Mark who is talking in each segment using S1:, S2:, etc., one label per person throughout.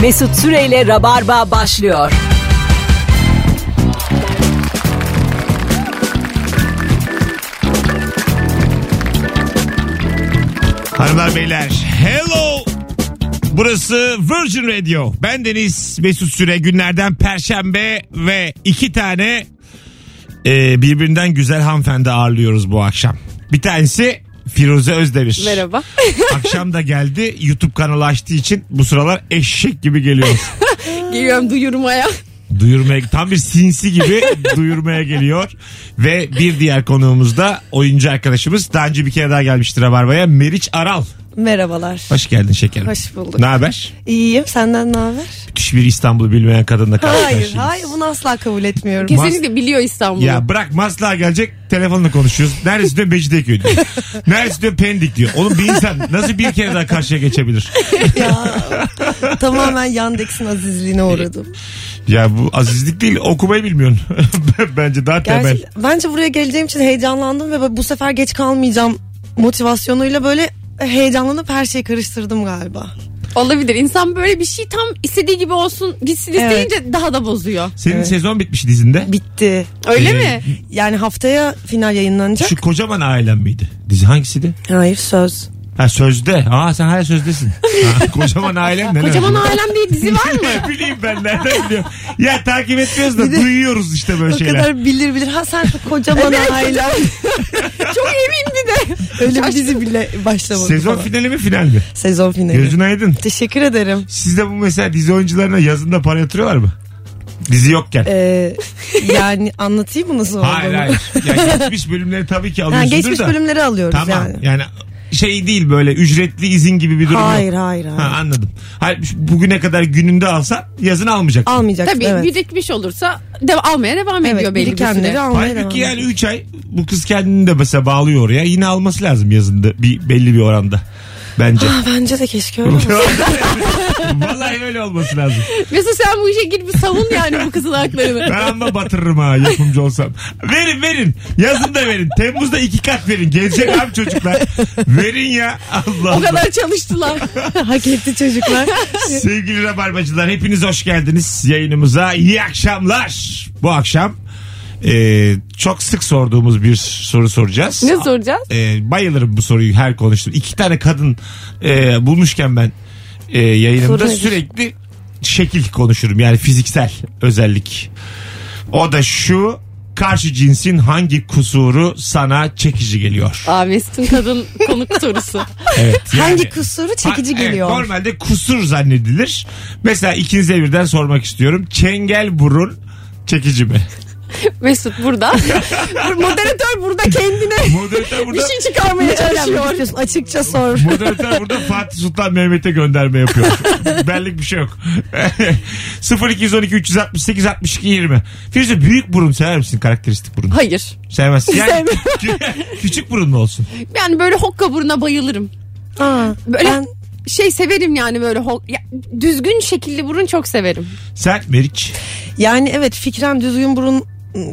S1: Mesut Süreyle Rabarba başlıyor.
S2: Hanımlar beyler hello Burası Virgin Radio. Ben Deniz Mesut Süre günlerden Perşembe ve iki tane e, birbirinden güzel hanımefendi ağırlıyoruz bu akşam. Bir tanesi Firuze Özdemir.
S3: Merhaba.
S2: Akşam da geldi YouTube kanalı açtığı için bu sıralar eşek gibi geliyor.
S3: Geliyorum duyurmaya.
S2: Duyurmaya tam bir sinsi gibi duyurmaya geliyor. Ve bir diğer konuğumuz da oyuncu arkadaşımız. Daha önce bir kere daha gelmiştir Rabarba'ya. Meriç Aral.
S4: Merhabalar.
S2: Hoş geldin şekerim.
S4: Hoş bulduk.
S2: Ne haber?
S4: İyiyim. Senden ne haber?
S2: Müthiş bir İstanbul'u bilmeyen kadınla
S4: Hayır,
S2: karşılaşıyoruz.
S4: hayır. Bunu asla kabul etmiyorum.
S3: Kesinlikle biliyor İstanbul'u.
S2: Ya bırak Maslak'a gelecek telefonla konuşuyoruz. Neresi diyor Mecidiyeköy'de. diyor. Neresi diyor Pendik diyor. Oğlum bir insan nasıl bir kere daha karşıya geçebilir?
S4: ya. Tamamen Yandex'in azizliğine uğradım.
S2: Ya bu azizlik değil okumayı bilmiyorsun. Bence daha temel.
S4: Gerçi bence buraya geleceğim için heyecanlandım ve bu sefer geç kalmayacağım motivasyonuyla böyle heyecanlanıp her şeyi karıştırdım galiba.
S3: Olabilir. İnsan böyle bir şey tam istediği gibi olsun gitsin isteyince daha da bozuyor.
S2: Senin sezon bitmiş dizinde.
S4: Bitti.
S3: Öyle
S2: Ee,
S3: mi?
S4: Yani haftaya final yayınlanacak.
S2: Şu kocaman ailem miydi? Dizi hangisiydi?
S4: Hayır söz.
S2: Ha sözde. Ha sen hala sözdesin. Ha, kocaman ailem ne?
S3: Kocaman
S2: demek?
S3: Alem diye dizi var mı?
S2: Ne bileyim ben nereden biliyorum. Ya takip etmiyoruz da duyuyoruz işte böyle
S4: O
S2: şeyler.
S4: kadar bilir bilir. Ha sen şu kocaman ailem.
S3: Çok emin bir de.
S4: Öyle bir dizi bile başlamadı.
S2: Sezon
S4: falan.
S2: finali mi final mi?
S4: Sezon finali.
S2: Gözün aydın.
S4: Teşekkür ederim.
S2: Sizde bu mesela dizi oyuncularına yazında para yatırıyorlar mı? Dizi yokken.
S4: Ee, yani anlatayım mı nasıl
S2: hayır
S4: olduğunu?
S2: hayır. Yani geçmiş bölümleri tabii ki
S4: Ha,
S2: alıyorsunuz
S4: geçmiş
S2: da.
S4: bölümleri alıyoruz
S2: Tamam yani.
S4: yani.
S2: şey değil böyle ücretli izin gibi bir durum yok.
S4: Hayır hayır hayır.
S2: Ha, anladım. Hayır, şu- bugüne kadar gününde alsan yazın almayacak.
S4: Almayacaksın
S3: Tabii
S4: evet.
S3: birikmiş olursa de- almaya devam
S4: Evet,
S3: ediyor belli bir
S4: birikenleri
S3: süre.
S4: almaya devam
S2: Halbuki yani 3 ay bu kız kendini de mesela bağlıyor oraya. Yine alması lazım yazında bir belli bir oranda. Bence.
S4: Ha, bence de keşke öyle olsa.
S2: Vallahi öyle olması lazım.
S3: Mesela sen bu işe girip savun yani bu kızın haklarını.
S2: Ben ama batırırım ha yapımcı olsam. Verin verin. Yazın da verin. Temmuz'da iki kat verin. Gelecek abi çocuklar. Verin ya. Allah
S3: o
S2: Allah.
S3: kadar şey- çalıştılar.
S4: Hak etti çocuklar.
S2: Sevgili Rabarbacılar hepiniz hoş geldiniz yayınımıza. İyi akşamlar. Bu akşam e, çok sık sorduğumuz bir soru soracağız.
S3: ne soracağız?
S2: E, bayılırım bu soruyu her konuştum. İki tane kadın e, bulmuşken ben e, yayınımda
S4: Soru nedir?
S2: sürekli şekil konuşurum. Yani fiziksel özellik. O da şu karşı cinsin hangi kusuru sana çekici geliyor?
S3: Aa Mesut'un kadın konuk sorusu.
S2: Evet,
S4: Hangi
S2: yani-
S4: kusuru çekici
S2: Ha, evet,
S4: geliyor?
S2: normalde kusur zannedilir. Mesela ikinize birden sormak istiyorum. Çengel burun çekici mi?
S3: Mesut burada. Moderatör burada kendine
S2: Moderatör
S3: bir
S2: burada
S3: şey çıkarmaya
S4: Öğrenmek
S3: çalışıyor.
S4: istiyorsun, Açıkça sor.
S2: Moderatör burada Fatih Sultan Mehmet'e gönderme yapıyor. Benlik bir şey yok. 0212 368 62 20. Firuze büyük burun sever misin karakteristik burun?
S3: Hayır.
S2: Sevmez. Yani, küçük burun mu olsun?
S3: Yani böyle hokka buruna bayılırım.
S4: Aa,
S3: Böyle-
S4: ben
S3: Şey severim yani böyle hok- ya, düzgün şekilli burun çok severim.
S2: Sen Meriç.
S4: yani evet fikren düzgün burun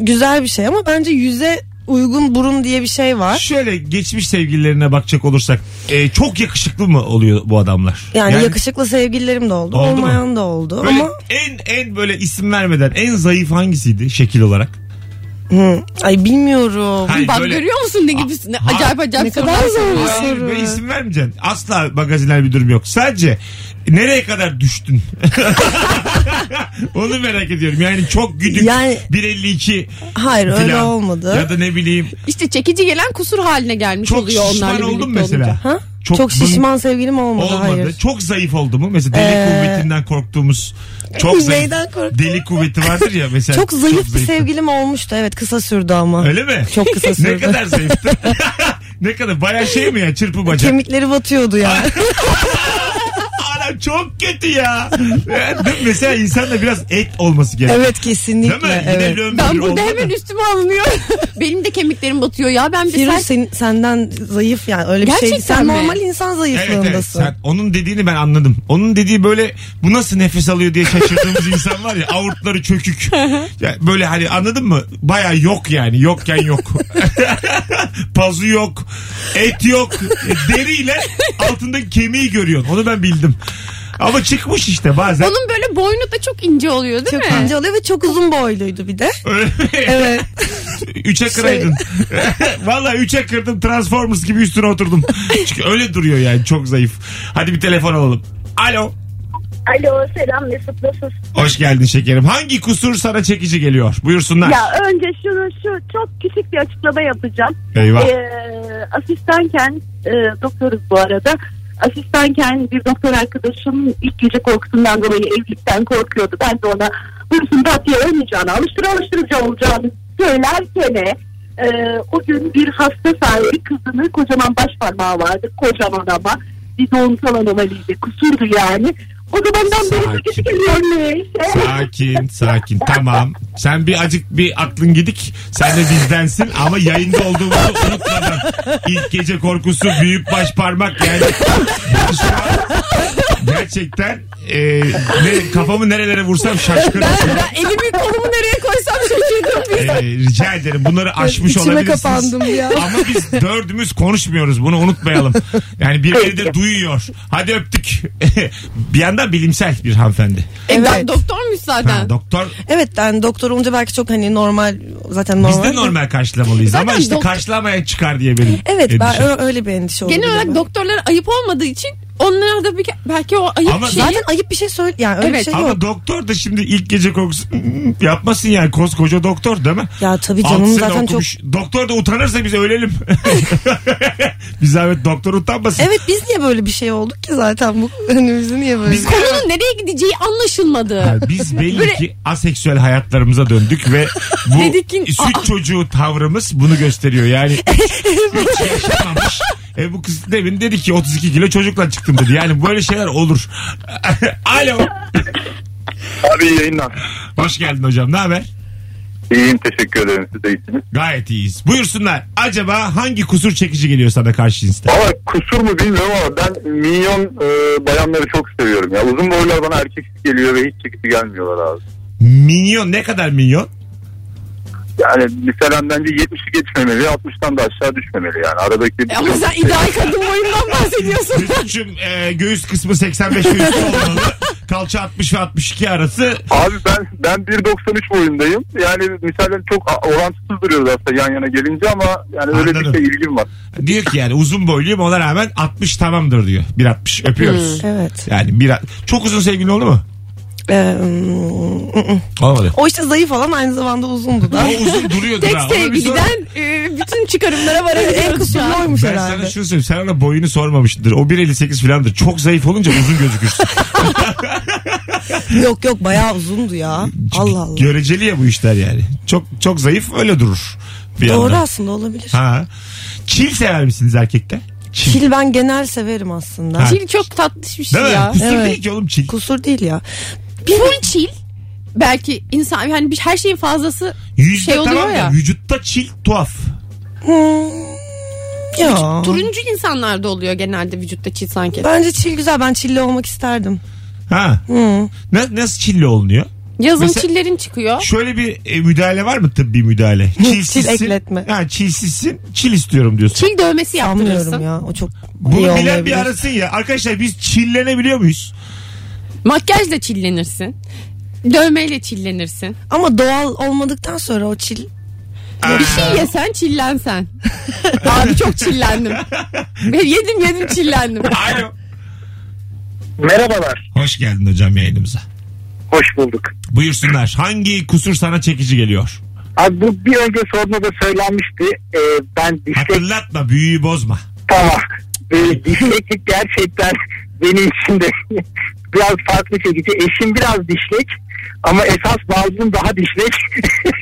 S4: güzel bir şey ama bence yüze uygun burun diye bir şey var.
S2: Şöyle geçmiş sevgililerine bakacak olursak e, çok yakışıklı mı oluyor bu adamlar?
S4: Yani, yakışıklı sevgililerim de oldu,
S2: Oldu mu?
S4: olmayan da oldu
S2: Böyle
S4: ama
S2: en en böyle isim vermeden en zayıf hangisiydi şekil olarak?
S4: Hı, ay bilmiyorum.
S2: Hayır,
S3: Bak
S2: böyle-
S3: görüyor musun ne gibi ne
S2: Ha-
S3: acayip acayip
S4: Ne
S3: sorular
S4: kadar
S3: soruyor.
S4: zor.
S2: Hayır,
S4: soru.
S2: böyle isim vermeyeceksin. Asla magazinel bir durum yok. Sadece nereye kadar düştün? Onu merak ediyorum. Yani çok güdük
S4: Yani-
S2: 1.52
S4: Hayır öyle
S2: falan.
S4: olmadı.
S2: Ya da ne bileyim
S3: İşte çekici gelen kusur haline gelmiş
S2: çok
S3: oluyor
S2: şişman
S3: onlarla birlikte
S2: oldum mesela.
S3: olunca.
S4: Ha?
S2: Çok
S4: Çok,
S2: bın-
S4: şişman sevgilim olmadı,
S2: Olmadı.
S4: hayır.
S2: Çok zayıf oldu mu? Mesela deli
S4: Ee,
S2: kuvvetinden korktuğumuz çok zayıf.
S4: neyden korktuğum?
S2: Deli kuvveti vardır ya mesela.
S4: Çok zayıf bir
S2: zayıftı.
S4: sevgilim olmuştu evet kısa sürdü ama.
S2: Öyle mi?
S4: Çok kısa sürdü.
S2: ne kadar zayıftı? ne kadar? Bayağı şey mi ya? Çırpı bacak.
S4: Kemikleri batıyordu ya.
S2: Adam çok kötü ya. Yani değil mi? Mesela insan da biraz et olması gerekiyor.
S4: evet
S2: Değil
S4: kesinlikle.
S2: mi? Yine
S4: Evet.
S2: lömbür
S3: Ben burada
S2: olmadı.
S3: hemen üstüme alınıyor. Benim de kemiklerim batıyor ya ben bir
S4: Firuz
S3: sen...
S4: sen, senden zayıf yani öyle bir şey.
S3: Gerçekten
S4: Sen
S3: mi?
S4: normal insan
S2: Evet, evet.
S4: zayıflığındasın.
S2: Sen, onun dediğini ben anladım. Onun dediği böyle bu nasıl nefes alıyor diye şaşırdığımız insan var ya avurtları çökük. Ya böyle hani anladın mı? Baya yok yani. Yokken yok. Pazu E, yok. Et yok. Deriyle altındaki kemiği görüyorsun. Onu ben bildim. Ama çıkmış işte bazen.
S3: Onun böyle boynu da çok ince oluyor değil
S4: Çok
S3: mi?
S4: ince oluyor ve çok uzun boyluydu bir de.
S2: Evet. üçe kıraydın. Valla üçe kırdım Transformers gibi üstüne oturdum. Çünkü öyle duruyor yani çok zayıf. Hadi bir telefon alalım. Alo.
S5: Alo selam Mesut nasılsın?
S2: Hoş geldin şekerim. Hangi kusur sana çekici geliyor? Buyursunlar.
S5: Ya önce şunu şu çok küçük bir açıklama yapacağım.
S2: Eyvah.
S6: e,
S5: Ee, asistanken e, doktoruz bu arada. Asistanken bir doktor arkadaşım ilk gece korkusundan dolayı evlilikten korkuyordu. Ben de ona buyursun tatlıya ölmeyeceğini alıştır alıştırıcı olacağını söylerken e, o gün bir hasta sahibi kızını kocaman baş parmağı vardı. Kocaman ama bir doğumsal anomaliydi. Kusurdu yani. O zamandan beri
S2: Sakin.
S5: bir küçük neyse.
S2: Sakin sakin tamam. Sen bir acık bir aklın gidik. Sen de bizdensin ama yayında olduğumuzu unutmadan. İlk gece korkusu büyük baş parmak yani. Şu an gerçekten e, ne, kafamı nerelere vursam şaşkınım.
S3: Ben elimi kolumu nereye koysam şaşırdım.
S2: E, rica ederim bunları aşmış
S4: İçime
S2: olabilirsiniz.
S4: kapandım
S3: E,
S4: ya.
S2: Ama biz dördümüz konuşmuyoruz bunu unutmayalım. Yani birileri de duyuyor. Hadi öptük. bir yandan bilimsel bir hanımefendi.
S3: Evet.
S4: Evet.
S3: doktormuş zaten.
S2: Ha, doktor
S4: Evet yani doktor olunca belki çok hani normal zaten
S2: Biz
S4: normal.
S2: de normal E, karşılamalıyız
S3: Zaten
S2: ama işte
S3: doktor-
S2: karşılamayan çıkar diye benim.
S4: Evet ben
S2: endişem.
S4: ö- öyle bir endişe oldu.
S3: Genel olarak doktorlara ayıp olmadığı için onlara da bir, ke- belki o ayıp
S2: Ama-
S3: şeyi...
S4: Zaten ayıp bir şey söyle yani öyle bir
S3: Evet.
S4: şey yok.
S2: Ama doktor da şimdi ilk gece korkusu "Hmm, yapmasın yani koskoca doktor değil mi?
S4: Ya tabii canım,
S2: Altı sene
S4: zaten
S2: okumuş. Doktor da utanırsa biz ölelim. biz zahmet doktor utanmasın.
S4: Evet biz niye böyle bir şey olduk ki zaten bu önümüzü niye böyle?
S2: Biz,
S3: Konunun nereye gideceği anlaşılmadı.
S2: Ha, biz belli
S3: Böyle-
S2: ki aseksüel hayatlarımıza döndük ve bu
S3: Dedik ki,
S2: süt çocuğu tavrımız bunu gösteriyor. Yani hiç yaşamamış. E bu kız demin dedi ki 32 kilo çocukla çıktım dedi. Yani böyle şeyler olur. Alo.
S6: Abi iyi yayınlar.
S2: Hoş geldin hocam. Ne haber?
S6: İyiyim teşekkür ederim siz de iyisiniz.
S2: Gayet iyiyiz. Buyursunlar. Acaba hangi kusur çekici geliyor sana karşı cinsten?
S6: Valla kusur mu bilmiyorum ama ben minyon e, bayanları çok seviyorum ya. Uzun boylar bana erkek geliyor ve hiç çekici gelmiyorlar abi.
S2: Minyon ne kadar minyon?
S6: Yani mesela bence 70'i geçmemeli 60'tan da aşağı düşmemeli yani. Aradaki...
S3: E Ama sen ideal kadın boyundan bahsediyorsun.
S2: Mesut'cum e, göğüs kısmı 85 ve üstü olmalı. Kalça 60 ve 62 arası.
S6: Abi ben ben 1.93 boyundayım. Yani misalen çok a- orantısız duruyoruz aslında yan yana gelince ama yani öyle
S2: Anladım.
S6: bir şey ilgim var.
S2: Diyor ki yani uzun boyluyum ona rağmen 60 tamamdır diyor. 1.60 öpüyoruz.
S4: Evet.
S2: Yani bir, çok uzun sevgilin oldu mu?
S4: Ee, mm, mm.
S2: Olmadı.
S4: o işte zayıf olan aynı zamanda uzundu da.
S2: O uzun duruyordu.
S3: Tek
S2: ha. Ona bir sonra-
S3: sevgiliden e, bütün çıkarımlara
S4: en
S3: varabiliyoruz şu
S4: kusurlu
S3: an.
S4: oymuş
S2: Ben sana
S4: herhalde.
S2: şunu söyleyeyim. Sen ona boyunu sormamıştır. O 1.58 filandır. Çok zayıf olunca uzun gözükürsün.
S4: Yok yok bayağı uzundu ya. Allah Allah.
S2: Göreceli ya bu işler yani. Çok çok zayıf öyle durur. Bir
S4: Doğru
S2: yandan.
S4: aslında olabilir.
S2: Ha. Çil sever misiniz erkekte? Çil.
S4: Çil ben genel severim aslında.
S2: Ha.
S3: Çil çok tatlış bir şey
S2: Değil mi?
S3: ya.
S2: Kusur
S4: Evet.
S2: değil ki oğlum çil.
S4: Kusur değil ya.
S3: Full çil belki insan yani bir her şeyin fazlası
S2: Yüzde
S3: şey oluyor
S2: tamam ya.
S3: ya.
S2: Vücutta çil tuhaf.
S4: Ya.
S3: turuncu insanlarda oluyor genelde vücutta çil sanki.
S4: Bence çil güzel. Ben çilli olmak isterdim.
S2: Ha. Na- nasıl çilli olunuyor?
S3: Yazın
S2: Mesela-
S3: çillerin çıkıyor.
S2: Şöyle bir e, müdahale var mı tıbbi müdahale? Çilsizsin.
S4: ekletme.
S2: Ha, çilsizsin. Çil istiyorum diyorsun.
S3: Çil dövmesi
S4: Sanmıyorum
S3: yaptırırsın.
S4: ya. O çok
S2: Bunu
S4: iyi
S2: bilen
S4: olmayabilir.
S2: bir arasın ya. Arkadaşlar biz çillenebiliyor muyuz?
S3: Makyajla çillenirsin. Dövmeyle çillenirsin.
S4: Ama doğal olmadıktan sonra o çil.
S2: Ee.
S3: Bir şey yesen çillensen. Abi çok çillendim. Ben yedim yedim çillendim.
S2: Alo.
S6: Merhabalar.
S2: Hoş geldin hocam yayınımıza.
S6: Hoş bulduk.
S2: Buyursunlar. Hangi kusur sana çekici geliyor?
S6: Abi bu bir önce sormada söylenmişti. Ee, ben
S2: Hatırlatma büyüyü bozma.
S6: Tamam. Ee, dişleklik gerçekten benim için de biraz farklı çekici. Eşim biraz dişlek ama esas bazım daha dişlek.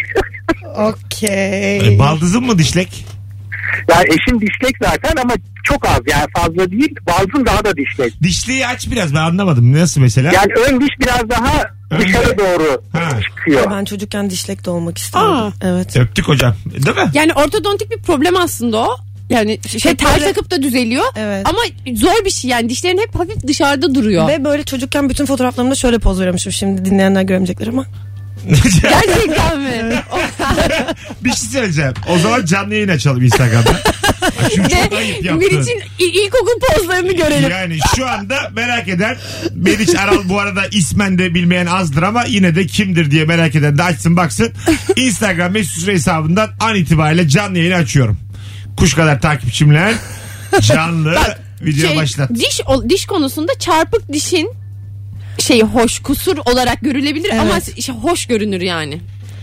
S4: Okey. Ee,
S2: E, baldızın mı dişlek?
S6: yani eşim dişlek zaten ama çok az yani fazla değil. Bazım daha da dişlek.
S2: Dişliği aç biraz ben anlamadım. Nasıl mesela?
S6: Yani ön diş biraz daha
S2: Önde.
S6: dışarı doğru
S2: Ha.
S6: çıkıyor.
S4: Ben çocukken dişlek de olmak isterdim.
S3: Aa.
S4: Evet.
S2: Öptük hocam. Değil mi?
S3: Yani ortodontik bir problem aslında o. Yani şey tel
S4: böyle-
S3: takıp da düzeliyor.
S4: Evet.
S3: Ama zor bir şey yani dişlerin hep hafif dışarıda duruyor.
S4: Ve böyle çocukken bütün fotoğraflarımda şöyle poz veriyormuşum. Şimdi dinleyenler göremeyecekler ama.
S3: Gerçekten mi? O-
S2: bir şey söyleyeceğim. O zaman canlı yayın açalım Instagram'da. Şu çok ayıp yaptı.
S3: Meriç'in il- ilkokul pozlarını görelim.
S2: Yani şu anda merak eden Meriç Aral bu arada ismen de bilmeyen azdır ama yine de kimdir diye merak eden de açsın baksın. Instagram mesut süre hesabından an itibariyle canlı yayını açıyorum. Kuş kadar takipçimler canlı video
S3: Şey,
S2: başlat.
S3: Diş, ol- diş konusunda çarpık dişin şeyi hoş kusur olarak görülebilir ama işte hoş görünür yani.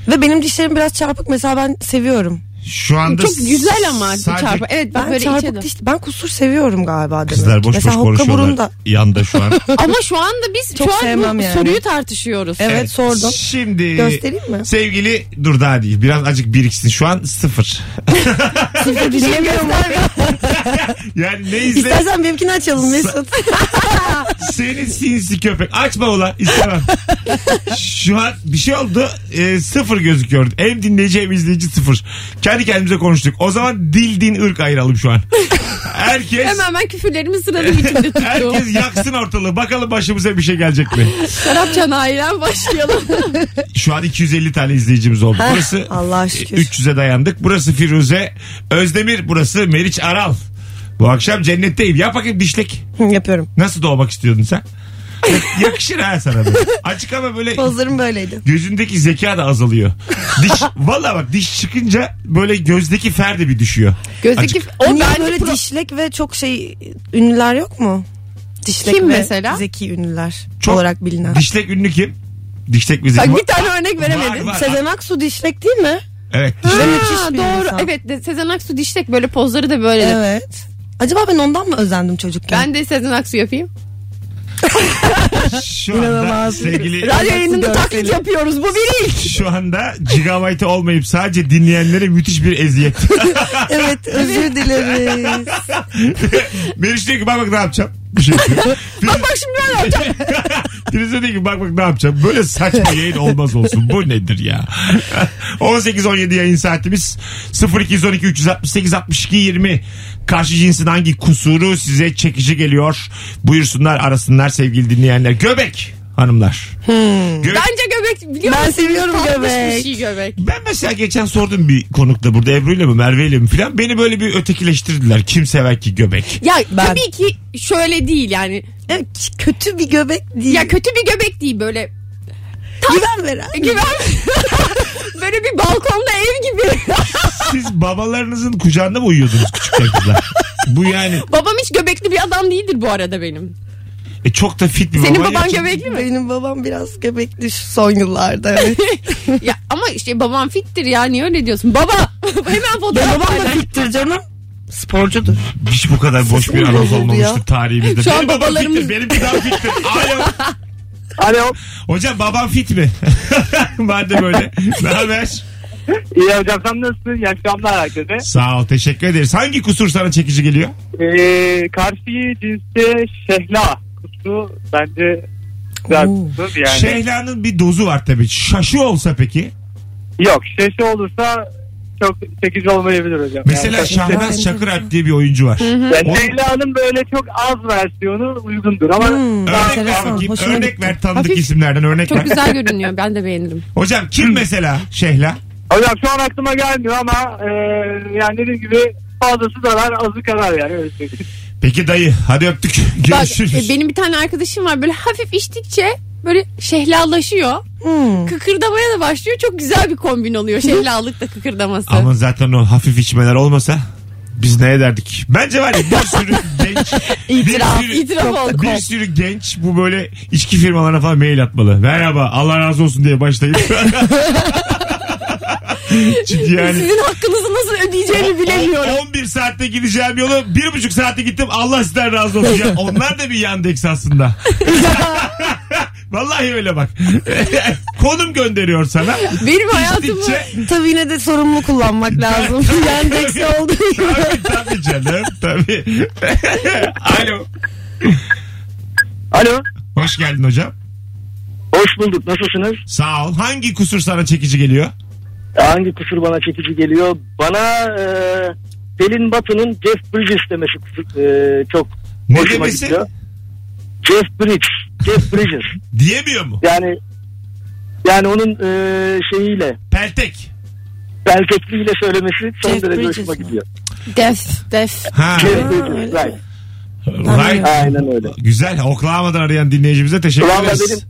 S4: Ve benim dişlerim biraz çarpık mesela ben seviyorum.
S2: Şu anda
S3: Çok güzel ama
S2: sadece
S3: çarpık. Evet bak
S4: Ben
S3: böyle içe
S4: çarpık
S3: doğru.
S4: diş, ben kusur seviyorum galiba demek.
S2: Kızlar boş
S4: mesela
S2: boş
S4: hokka burun
S2: konuşuyorlar
S4: da.
S2: yanda şu an.
S3: Ama şu anda biz
S4: Çok
S3: şu an bu
S4: sevmem yani.
S3: soruyu tartışıyoruz.
S4: Evet, sordum.
S2: Şimdi
S4: Göstereyim mi?
S2: Sevgili dur daha değil biraz acık biriksin şu an sıfır.
S4: Bilemiyorum.
S2: Yani ne izle
S4: İstersen benimkini açalım Mesut.
S2: Seni sinsi köpek. Açma ulan istemem. Şu an bir şey oldu. E, sıfır gözüküyor. Hem dinleyici hem izleyici sıfır. Kendi kendimize konuştuk. O zaman dil din ırk ayıralım şu an. Herkes...
S3: Hemen hemen küfürlerimi sıralı biçimde tuttum.
S2: Herkes yaksın ortalığı. Bakalım başımıza bir şey gelecek mi?
S3: Şarapçan ailen başlayalım.
S2: Şu an 250 tane izleyicimiz oldu.
S4: Heh,
S2: Burası
S4: Allah'a şükür.
S2: 300'e dayandık. Burası Firuze Özdemir. Burası Meriç Aral. Bu akşam cennetteyim. Yap bakayım dişlek.
S4: Yapıyorum.
S2: Nasıl doğmak istiyordun sen? Yakışır ha sana. böyle. Açık ama böyle
S4: Pozlarım böyleydi.
S2: gözündeki zeka da azalıyor. Diş valla bak diş çıkınca böyle gözdeki fer de bir düşüyor.
S3: Gözdeki
S2: Açık.
S3: o
S4: Niye
S3: bence
S4: böyle
S3: pro-
S4: dişlek ve çok şey ünlüler yok mu? Dişlek
S3: Kim
S4: ve
S3: mesela?
S4: Zeki ünlüler
S2: Çok-
S4: olarak bilinen. E,
S2: Dişlek ünlü kim? Dişlek bizim.
S3: Bak bir tane örnek veremedim.
S2: Var, var.
S4: Sezen Aksu dişlek değil mi?
S2: Evet.
S3: Ha,
S2: dişlek.
S4: Ve müthiş bir
S3: doğru.
S4: insan.
S3: Evet de Sezen Aksu dişlek böyle pozları da böyle.
S4: Evet. Acaba ben ondan mı özendim çocukken?
S3: Ben de Sezen Aksu yapayım.
S2: Şu anda
S4: İnanılmaz.
S2: sevgili
S3: Radyo yayınında
S4: dört
S3: taklit
S4: elim.
S3: yapıyoruz. Bu bir ilk.
S2: şu anda gigabyte olmayıp sadece dinleyenlere müthiş bir eziyet.
S4: evet özür dileriz.
S2: Meriç diyor ki bak bak ne yapacağım. Bir şey yapıyor.
S3: Bak bak şimdi ben yapacağım.
S2: Firuze diyor ki bak bak ne yapacağım. Böyle saçma yayın olmaz olsun. Bu nedir ya? 18-17 yayın saatimiz 0212 368 62 20. Karşı cinsin hangi kusuru size çekici geliyor? Buyursunlar arasınlar sevgili dinleyenler. Göbek hanımlar. Göbek.
S3: Bence göbek biliyor
S4: Ben
S3: musunuz?
S4: seviyorum
S3: Tatlış bir
S4: göbek.
S3: şey göbek.
S2: Ben mesela geçen sordum bir konukla burada Ebru'yla mı Merve'yle mi filan beni böyle bir ötekileştirdiler. Kim sever ki göbek?
S3: Ya
S4: Ben-
S3: tabii ki şöyle değil yani.
S4: Evet, kötü bir göbek değil.
S3: Ya kötü bir göbek değil böyle.
S4: Güven veren.
S3: Güven. böyle bir balkonda ev gibi.
S2: Siz babalarınızın kucağında mı uyuyordunuz küçükken kızlar? Bu yani
S3: Babam hiç göbekli bir adam değildir bu arada benim.
S2: e, çok da fit bir
S3: Senin
S2: baba. ya.
S3: baban
S2: Çok-
S3: göbekli mi?
S4: Benim babam biraz göbekli şu son yıllarda. Evet.
S3: ya ama işte babam fittir ya niye öyle diyorsun? Baba hemen
S4: ya
S3: fotoğraf
S4: babam da
S3: paylaş.
S4: fittir canım. Sporcudur.
S2: Hiç bu kadar boş bir
S4: Sesim
S2: anons
S4: bozuldu ya.
S2: olmamıştır tarihimizde.
S3: Şu an
S2: benim babam
S3: babalarımız-
S2: fittir, benim babam fittir. Alo.
S6: Alo.
S2: Hocam babam fit mi? Madem öyle. Ne haber?
S6: İyi hocam sen nasılsın? İyi akşamlar herkese.
S2: Sağ ol teşekkür ederiz. Hangi kusur sana çekici geliyor?
S6: Ee, karşı cinste şehla kutusu bence güzel
S4: Oo.
S6: kutusuz yani.
S2: Şehla'nın bir dozu var tabii. Şaşı olsa peki?
S6: Yok şeşe olursa çok çekici olmayabilir hocam.
S2: Mesela
S6: yani,
S2: Şahnaz Çakıralp diye bir oyuncu var.
S6: yani
S2: O-
S6: Leyla'nın böyle çok az versiyonu uygundur ama
S4: Hmm.
S2: Örnek ver,
S4: Enteresan,
S2: bakayım.
S4: hoşuma
S2: örnek
S4: gitti.
S2: ver tanıdık
S3: Hafif-
S2: isimlerden örnek
S3: Çok
S2: ver.
S3: güzel görünüyor. Ben de beğenirim.
S2: Hocam kim mesela Şehla?
S6: hocam şu an aklıma gelmiyor ama e, yani dediğim gibi fazlası zarar azı karar yani öyle söyleyeyim.
S2: Peki dayı hadi öptük.
S3: Bak
S2: Görüşürüz.
S3: e, benim bir tane arkadaşım var böyle hafif içtikçe böyle şehlalaşıyor.
S4: Hmm.
S3: Kıkırdamaya da başlıyor. Çok güzel bir kombin oluyor şehlalık da kıkırdaması.
S2: Ama zaten o hafif içmeler olmasa biz ne ederdik? Bence var ya bir sürü genç
S3: İtiraf,
S2: bir sürü,
S3: itiraf oldu.
S2: bir sürü genç bu böyle içki firmalarına falan mail atmalı. Merhaba Allah razı olsun diye başlayıp. Çünkü yani
S3: Sizin hakkınızı nasıl ödeyeceğimi bilemiyorum.
S2: on- 11 saatte gideceğim yolu bir buçuk saatte gittim Allah sizden razı olsun. Ya onlar da bir yandex aslında. Vallahi öyle bak. Konum gönderiyor sana.
S3: Benim hayatımı
S2: İçtikçe
S4: Tabii yine de sorumlu kullanmak lazım. Yandeksi olduğu gibi.
S2: Tabii tabii canım tabii. Alo.
S7: Alo.
S2: Hoş geldin hocam.
S7: Hoş bulduk. Nasılsınız? E,
S2: Sağ ol. Hangi kusur sana çekici geliyor?
S7: Hangi kusur bana çekici geliyor? Bana e, Pelin Batu'nun Jeff Bridges demesi kusur- e, çok
S2: Ne
S7: hoşuma
S2: demesi?
S7: gidiyor. Jeff Bridges. Jeff Bridges.
S2: Diyemiyor mu?
S7: Yani yani onun e, şeyiyle
S2: Peltek.
S7: belkekliğiyle söylemesi son
S4: Jeff
S7: derece
S4: Bridges
S7: hoşuma
S4: mi?
S7: gidiyor.
S3: Def, def.
S2: Ha,
S7: Jeff Bridges, right.
S2: right.
S7: Aynen öyle.
S2: Güzel. Oklahoma'dan arayan dinleyicimize teşekkür
S7: Oklahoma
S2: ederiz.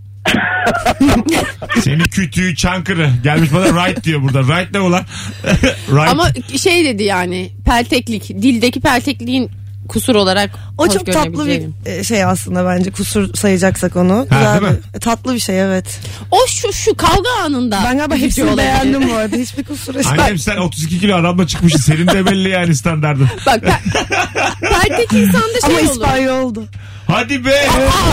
S2: Seni kütüğü çankırı. Gelmiş bana right diyor burada. Right ne ulan? right.
S3: Ama şey dedi yani pelteklik, dildeki peltekliğin kusur olarak
S4: O
S3: hoş
S4: çok tatlı bir
S3: görünebileceğim.
S4: e, şey aslında bence kusur sayacaksak onu. Güzel
S2: değil mi?
S4: bir- tatlı bir şey evet.
S3: O şu şu kavga anında.
S4: Ben galiba
S3: üzücü
S4: hepsini
S3: şey olabilir.
S4: beğendim bu arada. Hiçbir kusur Ben-
S2: Annem sen 32 kilo adamla çıkmışsın. Senin de belli yani standardın.
S3: Bak pe- peltek insanda şey
S4: Ama
S3: olur.
S4: İspanyoldu.
S2: Hadi be.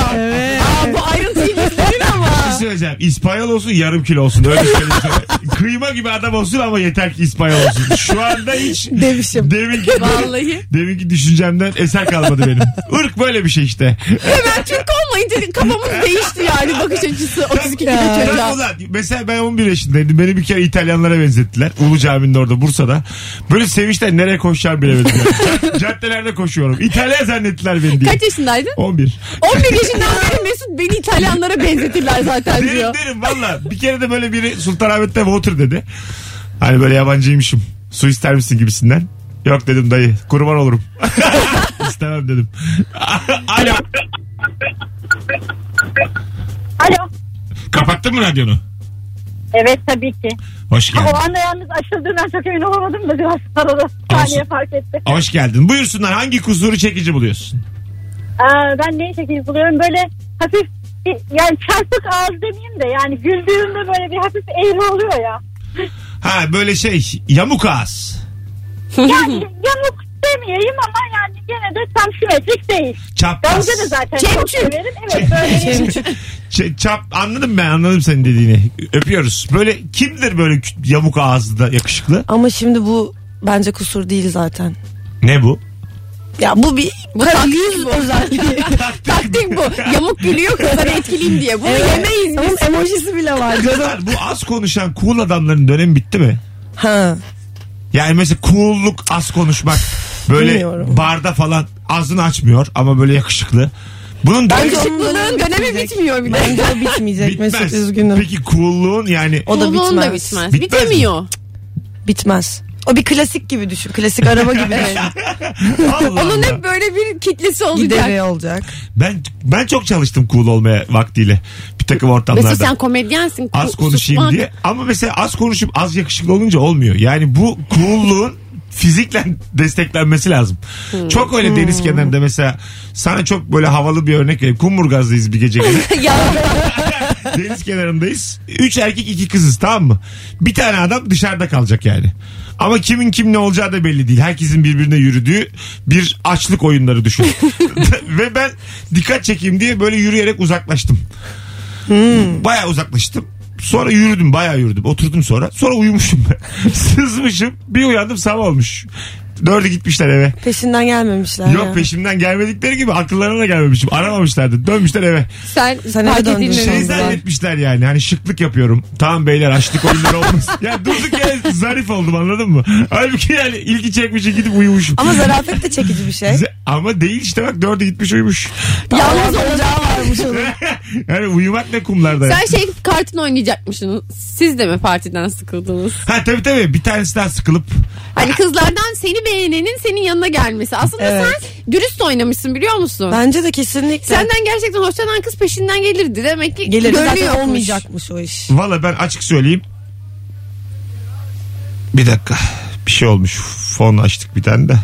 S3: Aa, bu ayrıntıyı bitirin
S2: Bir
S3: ama.
S2: şey söyleyeceğim. İspanyol olsun yarım kilo olsun. Öyle söyleyeyim sana. Kıyma gibi adam olsun ama yeter ki İspanyol olsun. Şu anda hiç
S4: Demişim.
S2: deminki,
S3: Vallahi.
S2: deminki düşüncemden eser kalmadı benim. Irk böyle bir şey işte.
S3: Hemen Türk olmayınca kafamız değişti yani bakış açısı 32 kilo
S2: Ya
S3: çocuğa.
S2: ulan, mesela ben 11 yaşındaydım. Beni bir kere İtalyanlara benzettiler. Ulu Cami'nin orada Bursa'da. Böyle sevinçten nereye koşacağım bilemedim. Yani. Caddelerde koşuyorum. İtalyan zannettiler beni diye.
S3: Kaç yaşındaydın?
S2: 11.
S3: 11 yaşından beri Mesut beni İtalyanlara benzetirler zaten
S2: Derim
S3: diyor.
S2: derim valla. Bir kere de böyle biri Sultanahmet'te water dedi. Hani böyle yabancıymışım. Su ister misin gibisinden. Yok dedim dayı. Kurban olurum. İstemem dedim. Alo.
S5: Alo.
S2: Kapattın mı radyonu?
S5: Evet tabii ki.
S2: Hoş
S5: Ha,
S2: geldin.
S5: o anda yalnız aşıldığından çok emin olamadım da biraz arada saniye fark etti.
S2: Hoş geldin. Buyursunlar hangi kusuru çekici buluyorsun?
S5: Aa, ben neyi şekil buluyorum böyle hafif bir- yani çarpık ağız demeyeyim de yani güldüğümde böyle bir hafif eğri oluyor ya.
S2: Ha böyle şey yamuk ağız.
S5: Yani yamuk demeyeyim ama yani gene de tam simetrik değil. Daha
S2: Çapraz.
S5: önce de zaten çok
S3: Çemçük.
S5: severim. Evet böyle bir
S2: Ç- çap anladım ben anladım senin dediğini. Öpüyoruz. Böyle kimdir böyle kü- yamuk ağızlı da yakışıklı?
S4: Ama şimdi bu bence kusur değil zaten.
S2: Ne bu?
S4: Ya bu bir
S3: Bu taktik bu. taktik bu. Yamuk gülüyor kızları etkileyim diye. Bunu yemeyiz biz.
S4: Onun emojisi bile var canım.
S2: Kızlar, bu az konuşan cool adamların dönemi bitti mi?
S4: ha.
S2: Yani mesela cool'luk az konuşmak. Böyle
S4: Bilmiyorum.
S2: barda falan ağzını açmıyor ama böyle yakışıklı. Bunun dönemi
S4: Bence onun
S3: Yakışıklılığın dönemi bitmiyor bir de.
S4: Bence o bitmeyecek Mesut
S2: bitmez.
S4: üzgünüm.
S2: Peki cool'luğun yani
S4: O da
S3: Kulluğun
S4: bitmez.
S3: da
S2: Bitmez
S3: bitmez.
S2: mi?
S3: Bitemiyor.
S4: Bitmez. O bir klasik gibi düşün. Klasik araba gibi düşün.
S2: Allah
S3: Onun
S2: Allah.
S3: hep böyle bir kitlesi olacak.
S4: Gideri olacak.
S2: ben ben çok çalıştım cool olmaya vaktiyle bir takım ortamlarda.
S3: Mesela sen komedyensin.
S2: az
S3: Ku-
S2: konuşayım
S3: susmak.
S2: diye. Ama mesela az konuşup az yakışıklı olunca olmuyor. Yani bu cool'luğun fizikle desteklenmesi lazım. Çok öyle deniz kenarında mesela sana çok böyle havalı bir örnek vereyim. Kumburgaz'dayız bir gece gene.
S3: Ya
S2: Deniz kenarındayız. Üç erkek iki kızız tamam mı? Bir tane adam dışarıda kalacak yani. Ama kimin kim ne olacağı da belli değil. Herkesin birbirine yürüdüğü bir açlık oyunları düşün. Ve ben dikkat çekeyim diye böyle yürüyerek uzaklaştım. Baya uzaklaştım. Sonra yürüdüm bayağı yürüdüm. Oturdum sonra. Sonra uyumuşum ben. Sızmışım. Bir uyandım sabah olmuş. Dördü gitmişler eve.
S4: Peşinden gelmemişler ya.
S2: Yok peşimden gelmedikleri gibi akıllarına da gelmemişim. Aramamışlardı. Dönmüşler eve.
S3: sen,
S4: Sen
S3: fark
S4: eve döndün.
S3: edilmemişsin.
S2: Şey
S4: Şey
S2: zannetmişler yani hani şıklık yapıyorum. Tamam beyler açlık oyunları olmaz. ya durduk yere zarif oldum anladın mı? Halbuki yani ilgi çekmişim gidip uyumuşum.
S4: Ama zarafet de çekici bir şey.
S2: Z- Ama değil işte bak dördü gitmiş uyumuş.
S3: Yalnız olacağı varmış.
S2: yani uyumak ne kumlarda. ya.
S3: Sen şey kartını oynayacakmışsınız. Siz de mi partiden sıkıldınız?
S2: Ha tabii tabii bir tanesinden sıkılıp
S3: Hani kızlardan seni beğenenin senin yanına gelmesi. Aslında
S4: Evet.
S3: sen dürüst oynamışsın biliyor musun?
S4: Bence de kesinlikle.
S3: Senden gerçekten hoşlanan kız peşinden gelirdi. Demek ki
S4: gelir
S3: görüyormuş.
S4: zaten olmayacakmış o iş.
S2: valla ben açık söyleyeyim. Bir dakika bir şey olmuş fon açtık bir tane de.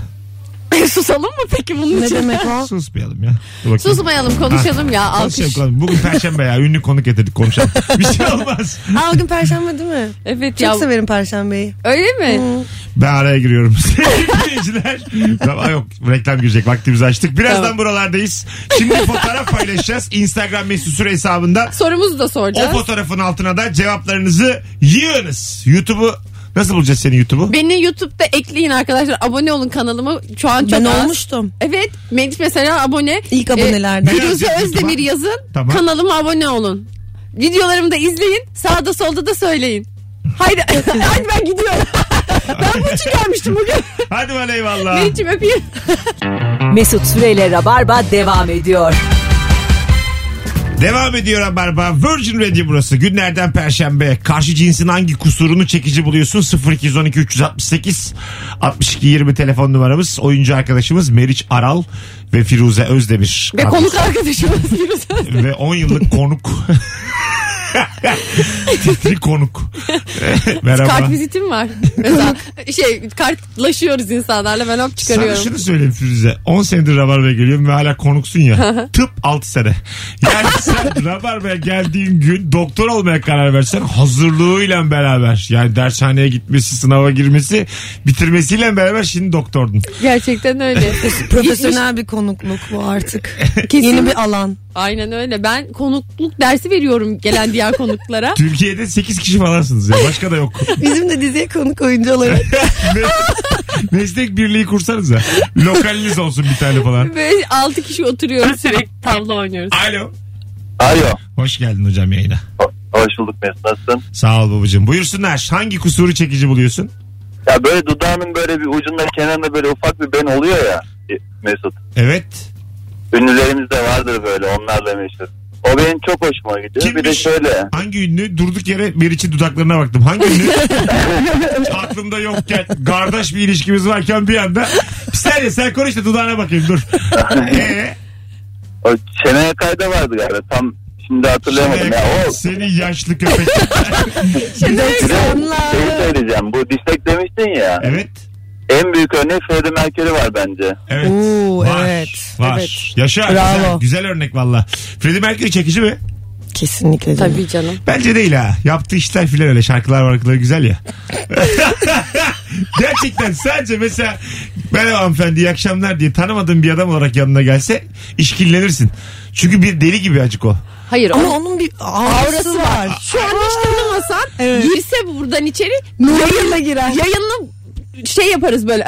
S3: Susalım mı peki bunun
S4: Ne
S3: için?
S4: demek o?
S2: Susmayalım ya. Dur bakayım.
S3: Susmayalım konuşalım ya alkış.
S2: Konuşalım, konuşalım. Bugün perşembe ya ünlü konuk getirdik konuşalım. bir şey olmaz.
S4: Aa bugün perşembe değil mi?
S3: Evet
S4: Çok
S3: ya
S4: severim perşembeyi.
S3: öyle mi?
S2: Ben araya giriyorum. Sevgili dinleyiciler. Tamam yok reklam girecek vaktimizi açtık. Birazdan
S3: Tamam.
S2: buralardayız. Şimdi fotoğraf paylaşacağız. Instagram mesut süre hesabından.
S3: Sorumuzu da
S2: O
S3: soracağız.
S2: fotoğrafın altına da cevaplarınızı yığınız. YouTube'u nasıl bulacağız senin YouTube'u?
S3: Beni YouTube'da ekleyin arkadaşlar. Abone olun kanalıma. Şu an çok
S4: Ben
S3: az.
S4: olmuştum.
S3: Evet. Melih mesela abone.
S4: İlk
S3: Ee,
S4: abonelerden.
S2: Ne
S3: Firuze
S2: yazacak
S3: Özdemir
S2: YouTube'a?
S3: yazın.
S2: Tamam.
S3: Kanalıma abone olun. Videolarımı da izleyin. Sağda solda da söyleyin. Haydi, haydi ben gidiyorum. ben bu için gelmiştim bugün.
S2: Hadi bana eyvallah.
S3: Melih'cim öpeyim.
S1: Mesut Süreyle Rabarba devam ediyor.
S2: Devam ediyor Rabarba. Virgin Radio burası. Günlerden Perşembe. Karşı cinsin hangi kusurunu çekici buluyorsun? 0212 368 62 20 telefon numaramız. Oyuncu arkadaşımız Meriç Aral ve Firuze Özdemir.
S3: Ve konuk arkadaşımız Firuze.
S2: Ve 10 yıllık konuk. Titri konuk. Merhaba.
S3: Kart vizitim var. Mesela şey kartlaşıyoruz insanlarla ben hop
S2: Sana
S3: çıkarıyorum.
S2: şunu söyleyeyim Firuze. 10 senedir Rabarba'ya geliyorum ve hala konuksun ya. Tıp 6 sene. Yani sen Rabarba'ya geldiğin gün doktor olmaya karar versen hazırlığıyla beraber. Yani dershaneye gitmesi, sınava girmesi, bitirmesiyle beraber şimdi doktordun.
S3: Gerçekten öyle.
S4: Profesyonel bir konukluk bu artık. Yeni
S3: Kesin.
S4: bir alan.
S3: Aynen öyle. Ben konukluk dersi veriyorum gelen diğer konuklara.
S2: Türkiye'de 8 kişi falansınız ya. Başka da yok.
S4: Bizim de diziye konuk oyuncu olarak.
S2: Me- Meslek birliği kursanıza. Lokaliniz olsun bir tane falan.
S3: Böyle 6 kişi oturuyoruz sürekli tavla oynuyoruz.
S2: Alo.
S8: Alo.
S2: Hoş geldin hocam yayına.
S8: Hoş bulduk Mesut. Nasılsın?
S2: Sağ ol babacığım. Buyursunlar. Hangi kusuru çekici buluyorsun?
S8: Ya böyle dudağımın böyle bir ucunda kenarında böyle ufak bir ben oluyor ya e, Mesut.
S2: Evet.
S8: Ünlülerimiz de vardır böyle onlarla meşhur. O benim çok hoşuma gidiyor. Ee, Bir de
S2: Kimmiş?
S8: şöyle.
S2: Hangi ünlü? Durduk yere Meriç'in dudaklarına baktım. Hangi ünlü? Aklımda yokken, kardeş bir ilişkimiz varken bir anda bir saniye sen konuş da dudağına bakayım dur. Ee,
S8: O çeneye kayda vardı galiba. Tam şimdi hatırlayamadım ya. O
S2: Seni yaşlı köpek.
S8: bir de şey söyleyeceğim. Bu dişlek demiştin ya.
S2: evet.
S8: En büyük örneği Freddie Mercury var bence.
S2: Evet.
S4: Oo,
S2: var,
S4: evet,
S2: Var.
S4: evet.
S2: Yaşa. Güzel,
S4: Bravo.
S2: güzel örnek valla. Freddie Mercury çekici mi?
S4: Kesinlikle. Tabii.
S3: Tabii canım.
S2: Bence değil ha. Yaptığı işler filan öyle şarkılar markıları güzel ya. Gerçekten sadece mesela merhaba hanımefendi iyi akşamlar diye tanımadığın bir adam olarak yanına gelse işkillenirsin. Çünkü bir deli gibi acık o.
S3: Hayır
S4: Ama
S3: o-
S4: onun bir aurası var.
S3: Şu an hiç tanımasan
S4: Evet.
S3: girse buradan içeri
S4: Nuruyla girer.
S3: yayınlı şey yaparız böyle.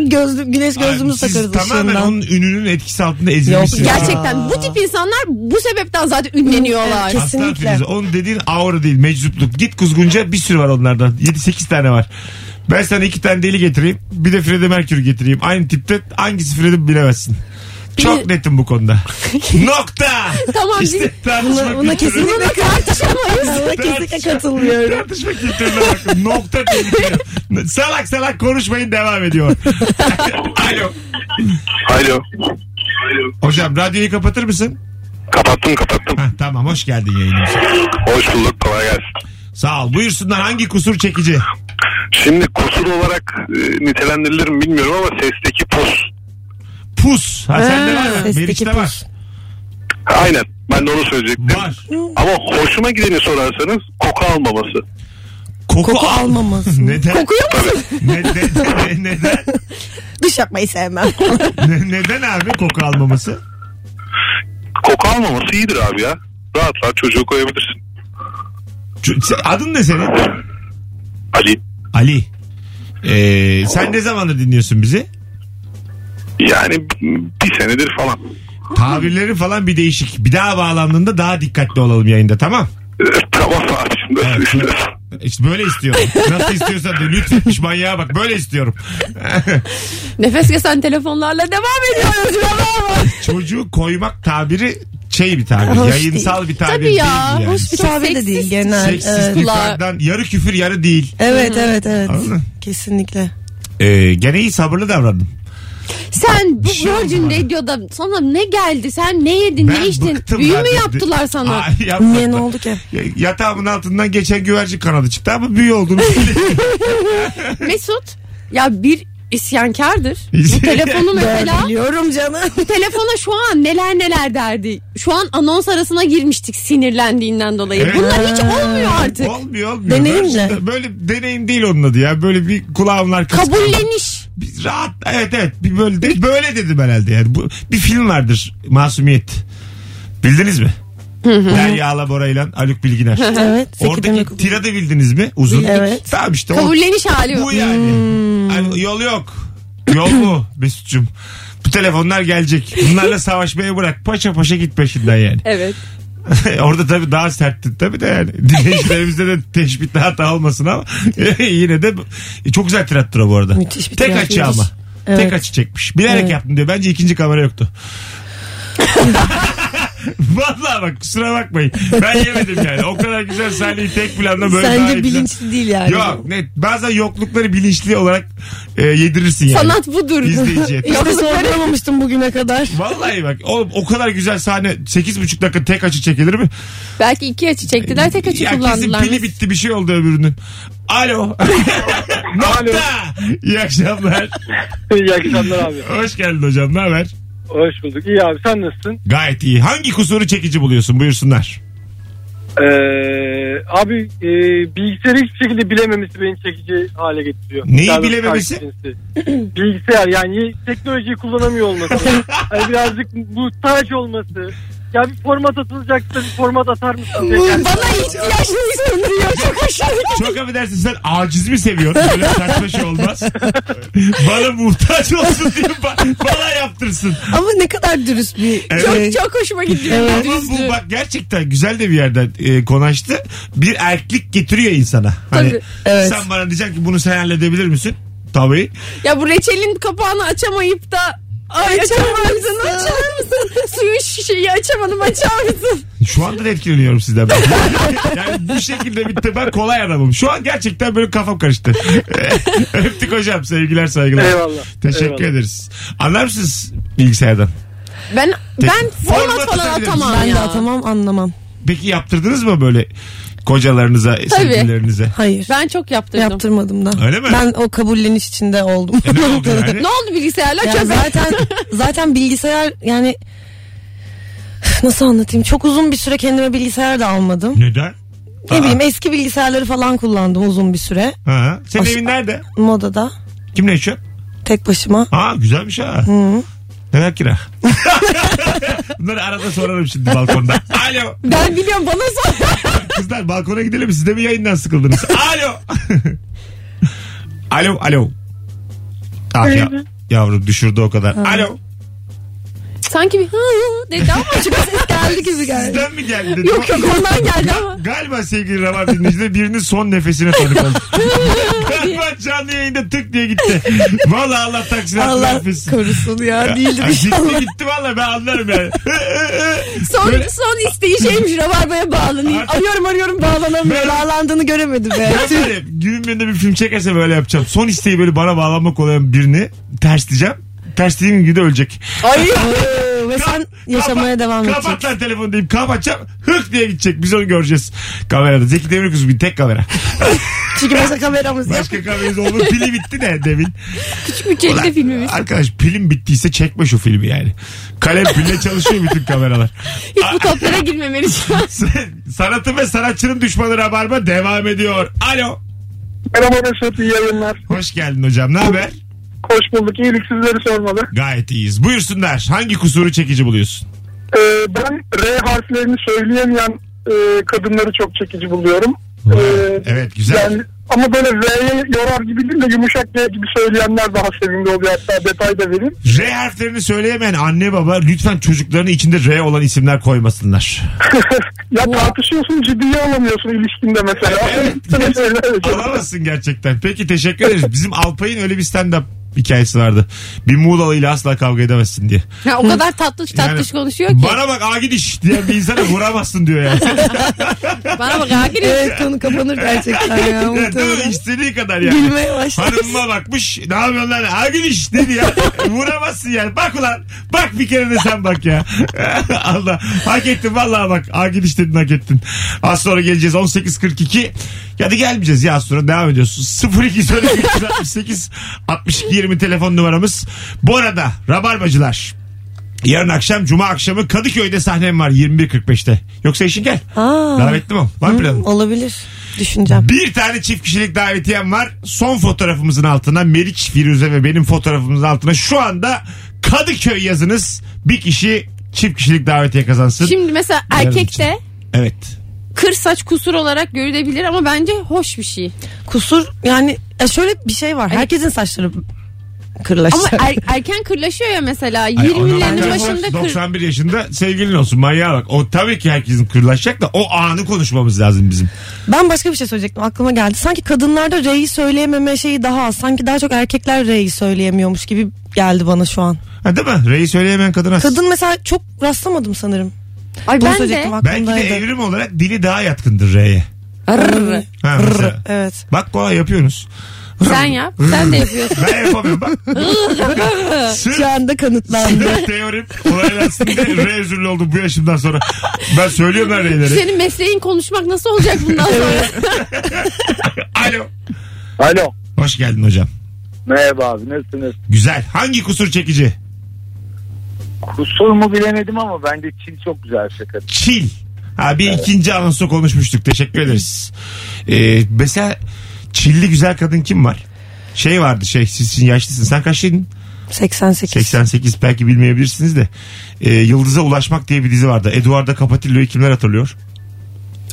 S4: Gözlü, güneş gözlüğümüzü
S2: Siz
S4: takarız
S2: tamamen
S4: ışığından.
S2: onun ününün etkisi altında ezilmişsiniz.
S4: Yok,
S3: Gerçekten bu tip insanlar bu sebepten zaten ünleniyorlar.
S4: Evet,
S2: Aslan
S4: Kesinlikle.
S2: Firuze. Onun dediğin aura değil meczupluk. Git kuzgunca bir sürü var onlardan. 7-8 tane var. Ben sana iki tane deli getireyim. Bir de Freddie Mercury getireyim. Aynı tipte hangisi Freddie bilemezsin. Çok netim bu konuda. Nokta.
S3: Tamam,
S2: İşte
S3: biz-
S2: tartışma
S4: Buna, buna
S2: kültürü.
S4: kesinlikle tartışamayız. Buna kesinlikle katılmıyorum.
S2: Tartışma kültürüne bakın. Nokta tehlikeli. Salak salak konuşmayın devam ediyor. Alo.
S8: Alo.
S2: Hocam radyoyu kapatır mısın?
S8: Kapattım kapattım.
S2: Heh, tamam hoş geldin yayınımıza.
S8: Hoş bulduk kolay gelsin.
S2: Sağ ol. Buyursunlar hangi kusur çekici?
S8: Şimdi kusur olarak e, nitelendirilir mi bilmiyorum ama sesteki pus.
S2: Pus. Ha, sende var mı?
S4: sesteki
S2: Meriç'te
S4: pus.
S2: var.
S8: Aynen ben de onu söyleyecektim.
S2: Var.
S8: Ama hoşuma gideni sorarsanız koku almaması.
S2: Koku,
S4: Koku
S2: al-
S4: almaması.
S2: Neden?
S4: Kokuyor musun?
S2: Ne- ne- ne- neden?
S4: Dış yapmayı sevmem.
S2: Ne- neden abi koku almaması?
S8: Koku almaması iyidir abi ya. Rahat rahat çocuğu koyabilirsin.
S2: Ç- sen- Adın ne senin?
S8: Ali
S2: Ali. Ee, sen ne zamandır dinliyorsun bizi?
S8: yani bir senedir falan.
S2: Tabirleri falan bir değişik. Bir daha bağlandığında daha dikkatli olalım yayında tamam?
S8: tamam abi şimdi
S2: Evet. İşte böyle istiyorum. Nasıl istiyorsan de lütfetmiş manyağa bak böyle istiyorum.
S3: Nefes kesen telefonlarla devam ediyoruz. Bravo.
S2: Çocuğu koymak tabiri şey bir tabir.
S4: Hoş
S2: yayınsal bir tabir
S3: Tabii ya,
S2: değil yani.
S3: hoş
S4: Hiçbir tabi de
S3: seksist.
S4: değil genel. Evet.
S2: Seksistliklerden yarı küfür yarı değil.
S4: Evet evet evet.
S2: Anladın mı?
S4: Kesinlikle.
S2: Ee, gene iyi sabırlı davrandım.
S3: Sen bu
S2: şey
S3: Virgin
S2: olmadı.
S3: Radio'da sana ne geldi? Sen ne yedin?
S2: Ben
S3: ne içtin?
S2: bıktım
S3: Büyü
S2: ben
S3: mü
S2: de-
S3: yaptılar sana?
S2: Ay, yapmadılar.
S4: Niye ne oldu ki?
S2: Ya- Yatağımın altından geçen güvercin kanadı çıktı ama büyü olduğunu
S3: Mesut ya bir isyankardır.
S2: İsyan-
S3: Bu telefonu mesela
S4: Biliyorum canım.
S3: bu telefona şu an neler neler derdi. Şu an anons arasına girmiştik sinirlendiğinden dolayı.
S2: Evet.
S3: Bunlar hiç olmuyor artık.
S2: Olmuyor olmuyor.
S4: Deneyimle.
S2: Böyle- Böyle deneyim değil onun adı ya. Böyle bir kulağımın arkası.
S3: Kabulleniş.
S2: Bir rahat evet evet bir böyle de- böyle dedim herhalde yani bu bir film vardır Masumiyet bildiniz mi? Derya Alabora ile Haluk Bilginer.
S4: Evet. Zeki
S2: Oradaki
S4: Demirkubuz.
S2: tiradı bildiniz mi? Uzun.
S4: Evet.
S2: Tamam işte. o-
S3: Kabulleniş hali yok.
S2: bu yani.
S3: Hmm.
S2: Hani yol yok. Yol mu Mesut'cum? Bu telefonlar gelecek. Bunlarla savaşmaya bırak. Paşa paşa git peşinden yani.
S3: Evet.
S2: Orada tabii daha sertti tabii de yani. Dinleyicilerimizde de teşbitte hata olmasın ama yine de bu- çok güzel tirattır o bu arada.
S4: Müthiş bir
S2: Tek
S4: tirat,
S2: açı
S4: müthiş.
S2: ama.
S4: Evet.
S2: Tek açı çekmiş. Bilerek
S4: Evet.
S2: yaptım diyor. Bence ikinci kamera yoktu. Vallahi bak kusura bakmayın. Ben yemedim yani. O kadar güzel sahneyi tek planda böyle daha iyi
S4: Sence
S2: plan-
S4: bilinçli değil yani.
S2: Yok net. Bazen yoklukları bilinçli olarak e, yedirirsin yani.
S3: Sanat budur.
S2: İzleyiciye.
S4: İşte sorgulamamıştım bugüne kadar.
S2: Vallahi bak o, o kadar güzel sahne 8,5 dakika tek açı çekilir mi?
S3: Belki iki açı çektiler tek açı
S2: Ya kesin
S3: kullandılar.
S2: pili bitti bir şey oldu öbürünün. Alo.
S7: Alo.
S2: Nokta. İyi akşamlar.
S7: İyi akşamlar abi.
S2: Hoş geldin hocam ne haber?
S7: Hoş bulduk. İyi abi sen nasılsın?
S2: Gayet iyi. Hangi kusuru çekici buluyorsun buyursunlar.
S7: Ee, abi e, bilgisayarı hiçbir şekilde bilememesi beni çekici hale getiriyor.
S2: Neyi
S7: Daha doğrusu
S2: bilememesi?
S7: karşı cinsi. Bilgisayar yani teknolojiyi kullanamıyor olması. hani birazcık muhtaç olması. Ya bir format atılacaksa bir format atar mısın? diye. Yani
S3: Bana ihtiyaç mı diyor çok hoşlandım.
S2: Çok affedersin sen aciz mi seviyorsun? Böyle saçma şey olmaz. Bana muhtaç olsun diye ba- bana yaptırsın.
S4: Ama ne kadar dürüst bir...
S2: Evet.
S4: Evet.
S3: Çok hoşuma gidiyor.
S4: Evet.
S2: Ama bu bak gerçekten güzel de bir yerden e, konaştı. Bir erkek getiriyor insana. Hani
S3: Tabii,
S4: evet.
S2: sen bana diyeceksin ki bunu sen halledebilir misin? Tabii.
S3: Ya bu reçelin kapağını açamayıp da Ay açamadın açar mısın? Suyun şişeyi açamadım açar mısın?
S2: Şu anda da etkileniyorum sizden. Ben. yani bu şekilde bitti. Ben kolay adamım. Şu an gerçekten böyle kafam karıştı. Öptük hocam. Sevgiler saygılar.
S7: Eyvallah.
S2: Teşekkür
S7: Eyvallah.
S2: ederiz. Anlar mısınız bilgisayardan?
S3: Ben ben
S2: Format
S3: format falan
S2: atabilir
S3: atamam
S4: Ben de
S3: ya.
S4: atamam anlamam.
S2: Peki yaptırdınız mı böyle kocalarınıza, sevgililerinize?
S4: Hayır.
S3: Ben çok yaptırdım.
S4: Yaptırmadım da.
S2: Öyle mi?
S4: Ben o kabulleniş içinde oldum.
S2: E ne oldu yani?
S3: Ne oldu bilgisayarlar
S4: Ya
S3: çöpe?
S4: zaten zaten bilgisayar yani nasıl anlatayım? Çok uzun bir süre kendime bilgisayar da almadım.
S2: Neden?
S4: Ne
S2: Aa.
S4: bileyim eski bilgisayarları falan kullandım uzun bir süre.
S2: Ha. Senin
S4: As-
S2: evin nerede?
S4: Modada
S2: Kimle yaşıyorsun?
S4: tek başıma.
S2: Aa güzelmiş ha. Ne kadar kira? Bunları arada sorarım şimdi balkonda. Alo.
S3: Ben biliyorum bana sor.
S2: Kızlar balkona gidelim. Siz de mi yayından sıkıldınız? Alo. alo. Alo. Ah ya, yavrum düşürdü o kadar. Alo.
S3: Sanki bir hı hı dedi ama çok ses geldi gibi geldi.
S2: Sizden mi geldi?
S3: Yok yok ondan geldi ama.
S2: Galiba sevgili Rabar dinleyicileri birinin son nefesine tanık oldu. Galiba canlı yayında tık diye gitti. Valla Allah taksini Allah
S4: Allah
S2: affetsin.
S4: korusun ya değildir
S2: Gitti
S4: inşallah.
S2: gitti valla ben anlarım yani.
S3: Son,
S2: Böyle-
S3: son isteği şeymiş rabarbaya bağlanayım.
S4: arıyorum arıyorum bağlanamıyor.
S2: Ben-
S4: Bağlandığını göremedim be.
S2: Ben böyle günün birinde bir film çekerse böyle yapacağım. Son isteği böyle bana bağlanmak olan birini tersleyeceğim. Terslediğim gibi de ölecek.
S4: Ay. Ee, Ve sen yaşamaya devam
S2: edeceksin.
S4: edeceksin.
S2: Kapat lan telefonu deyip kapatacağım. Hık diye gidecek. Biz onu göreceğiz kamerada. Zeki Demirkuz bir tek kamera.
S4: Çünkü mesela kameramız yok.
S2: Başka kameramız olur. Pili bitti de demin.
S3: Küçük bir kelime filmimiz.
S2: Arkadaş pilim bittiyse çekme şu filmi yani. Kalem pille çalışıyor bütün kameralar.
S3: Hiç bu toplara girmemeli.
S2: Sanatın ve sanatçının düşmanı Rabarba devam ediyor. Alo.
S6: Merhaba Mesut iyi yayınlar.
S2: Hoş geldin hocam. Ne haber?
S6: Hoş bulduk. İyilik sizleri sormalı.
S2: Gayet iyiyiz. Buyursunlar. Hangi kusuru çekici buluyorsun?
S6: Ee, ben R harflerini söyleyemeyen e, kadınları çok çekici buluyorum. Ee,
S2: Evet güzel.
S6: Yani, ama böyle R'ye yorar gibi değil de yumuşak R gibi söyleyenler daha sevimli oluyor. Hatta detay da vereyim.
S2: R harflerini söyleyemeyen anne baba lütfen çocuklarını içinde R olan isimler koymasınlar.
S6: ya tartışıyorsun ciddiye alamıyorsun ilişkinde mesela.
S2: Evet.
S6: Öyle bir şey.
S2: Alamazsın gerçekten. Peki teşekkür ederiz. Bizim Alpay'ın öyle bir stand-up hikayesi vardı. Bir Muğlalı ile asla kavga edemezsin diye.
S3: Ya o kadar tatlış tatlış
S2: Yani
S3: konuşuyor ki. Bana,
S2: Bana bak ağa gidiş diyen bir insana vuramazsın diyor yani.
S3: bak hakir.
S4: Evet konu kapanır gerçekten ya.
S2: Yani değil mi?
S4: muhtemelen.
S2: İstediği kadar yani.
S4: Gülmeye başladı.
S2: Hanımıma bakmış. Ne yapıyorsun lan? Ha gidiş dedi ya. Vuramazsın yani. Bak ulan. Bak bir kere de sen bak ya. Allah. Hak ettin vallahi bak. Ha gidiş dedin hak ettin. Az sonra geleceğiz. 18.42. Ya da gelmeyeceğiz ya az sonra. Devam ediyorsun. 0212 62 20 telefon numaramız. Bu arada Rabarbacılar. Yarın akşam Cuma akşamı Kadıköy'de sahnem var 21.45'te. Yoksa işin gel.
S4: Aa.
S2: Davetli mi? ol? Var mı planın?
S4: Olabilir. Düşüneceğim.
S2: Bir tane çift kişilik davetiyem var. Son fotoğrafımızın altına Meriç Firuze ve benim fotoğrafımızın altına şu anda Kadıköy yazınız. Bir kişi çift kişilik davetiye kazansın.
S3: Şimdi mesela
S2: Yarın
S3: erkekte
S2: Evet.
S3: kır saç kusur olarak görülebilir ama bence hoş bir şey.
S4: Kusur yani e, şöyle bir şey var. Herkesin saçları
S3: Ama
S4: kırlaşacak.
S3: er- erken kırlaşıyor ya mesela
S2: Ay, ona bak,
S3: 20'lerinin başında kır.
S2: 91 yaşında sevgilin olsun manyağa bak. O tabii ki herkesin kırlaşacak da o anı konuşmamız lazım bizim.
S4: Ben başka bir şey söyleyecektim aklıma geldi. Sanki kadınlarda R'yi söyleyememe şeyi daha az. Sanki daha çok erkekler R'yi söyleyemiyormuş gibi geldi bana şu an.
S2: Ha, değil mi? Reyi söyleyemeyen kadına.
S4: Kadın mesela çok rastlamadım sanırım.
S3: Ay
S4: Bunu
S3: ben de.
S4: söyleyecektim
S2: Belki de
S4: aklımdaydı.
S2: evrim olarak dili daha yatkındır R'ye.
S3: Arr.
S2: Ha, mesela.
S4: Evet.
S2: Bak kolay yapıyorsunuz.
S3: Sen yap. Sen de yapıyorsun.
S2: Ben yapamıyorum bak. Sırf
S4: Şu anda kanıtlandı.
S2: sırf teorim olayın aslında R özürlü oldum bu yaşımdan sonra. Ben söylüyorum ben R'leri.
S3: Senin mesleğin konuşmak nasıl olacak bundan sonra?
S2: Alo.
S8: Alo.
S2: Hoş geldin hocam.
S8: Merhaba abi nasılsınız?
S2: Güzel. Hangi kusur çekici?
S8: Kusur mu bilemedim ama bence Çin çok güzel şaka.
S2: Çil. Ha bir ikinci anonsu konuşmuştuk. Teşekkür ederiz. Ee, mesela çilli güzel kadın kim var? Şey vardı şey sizin yaşlısın. Sen kaçlıydın?
S4: 88.
S2: 88 belki bilmeyebilirsiniz de. Ee, Yıldız'a Ulaşmak diye bir dizi vardı. Eduardo Capatillo'yu kimler hatırlıyor?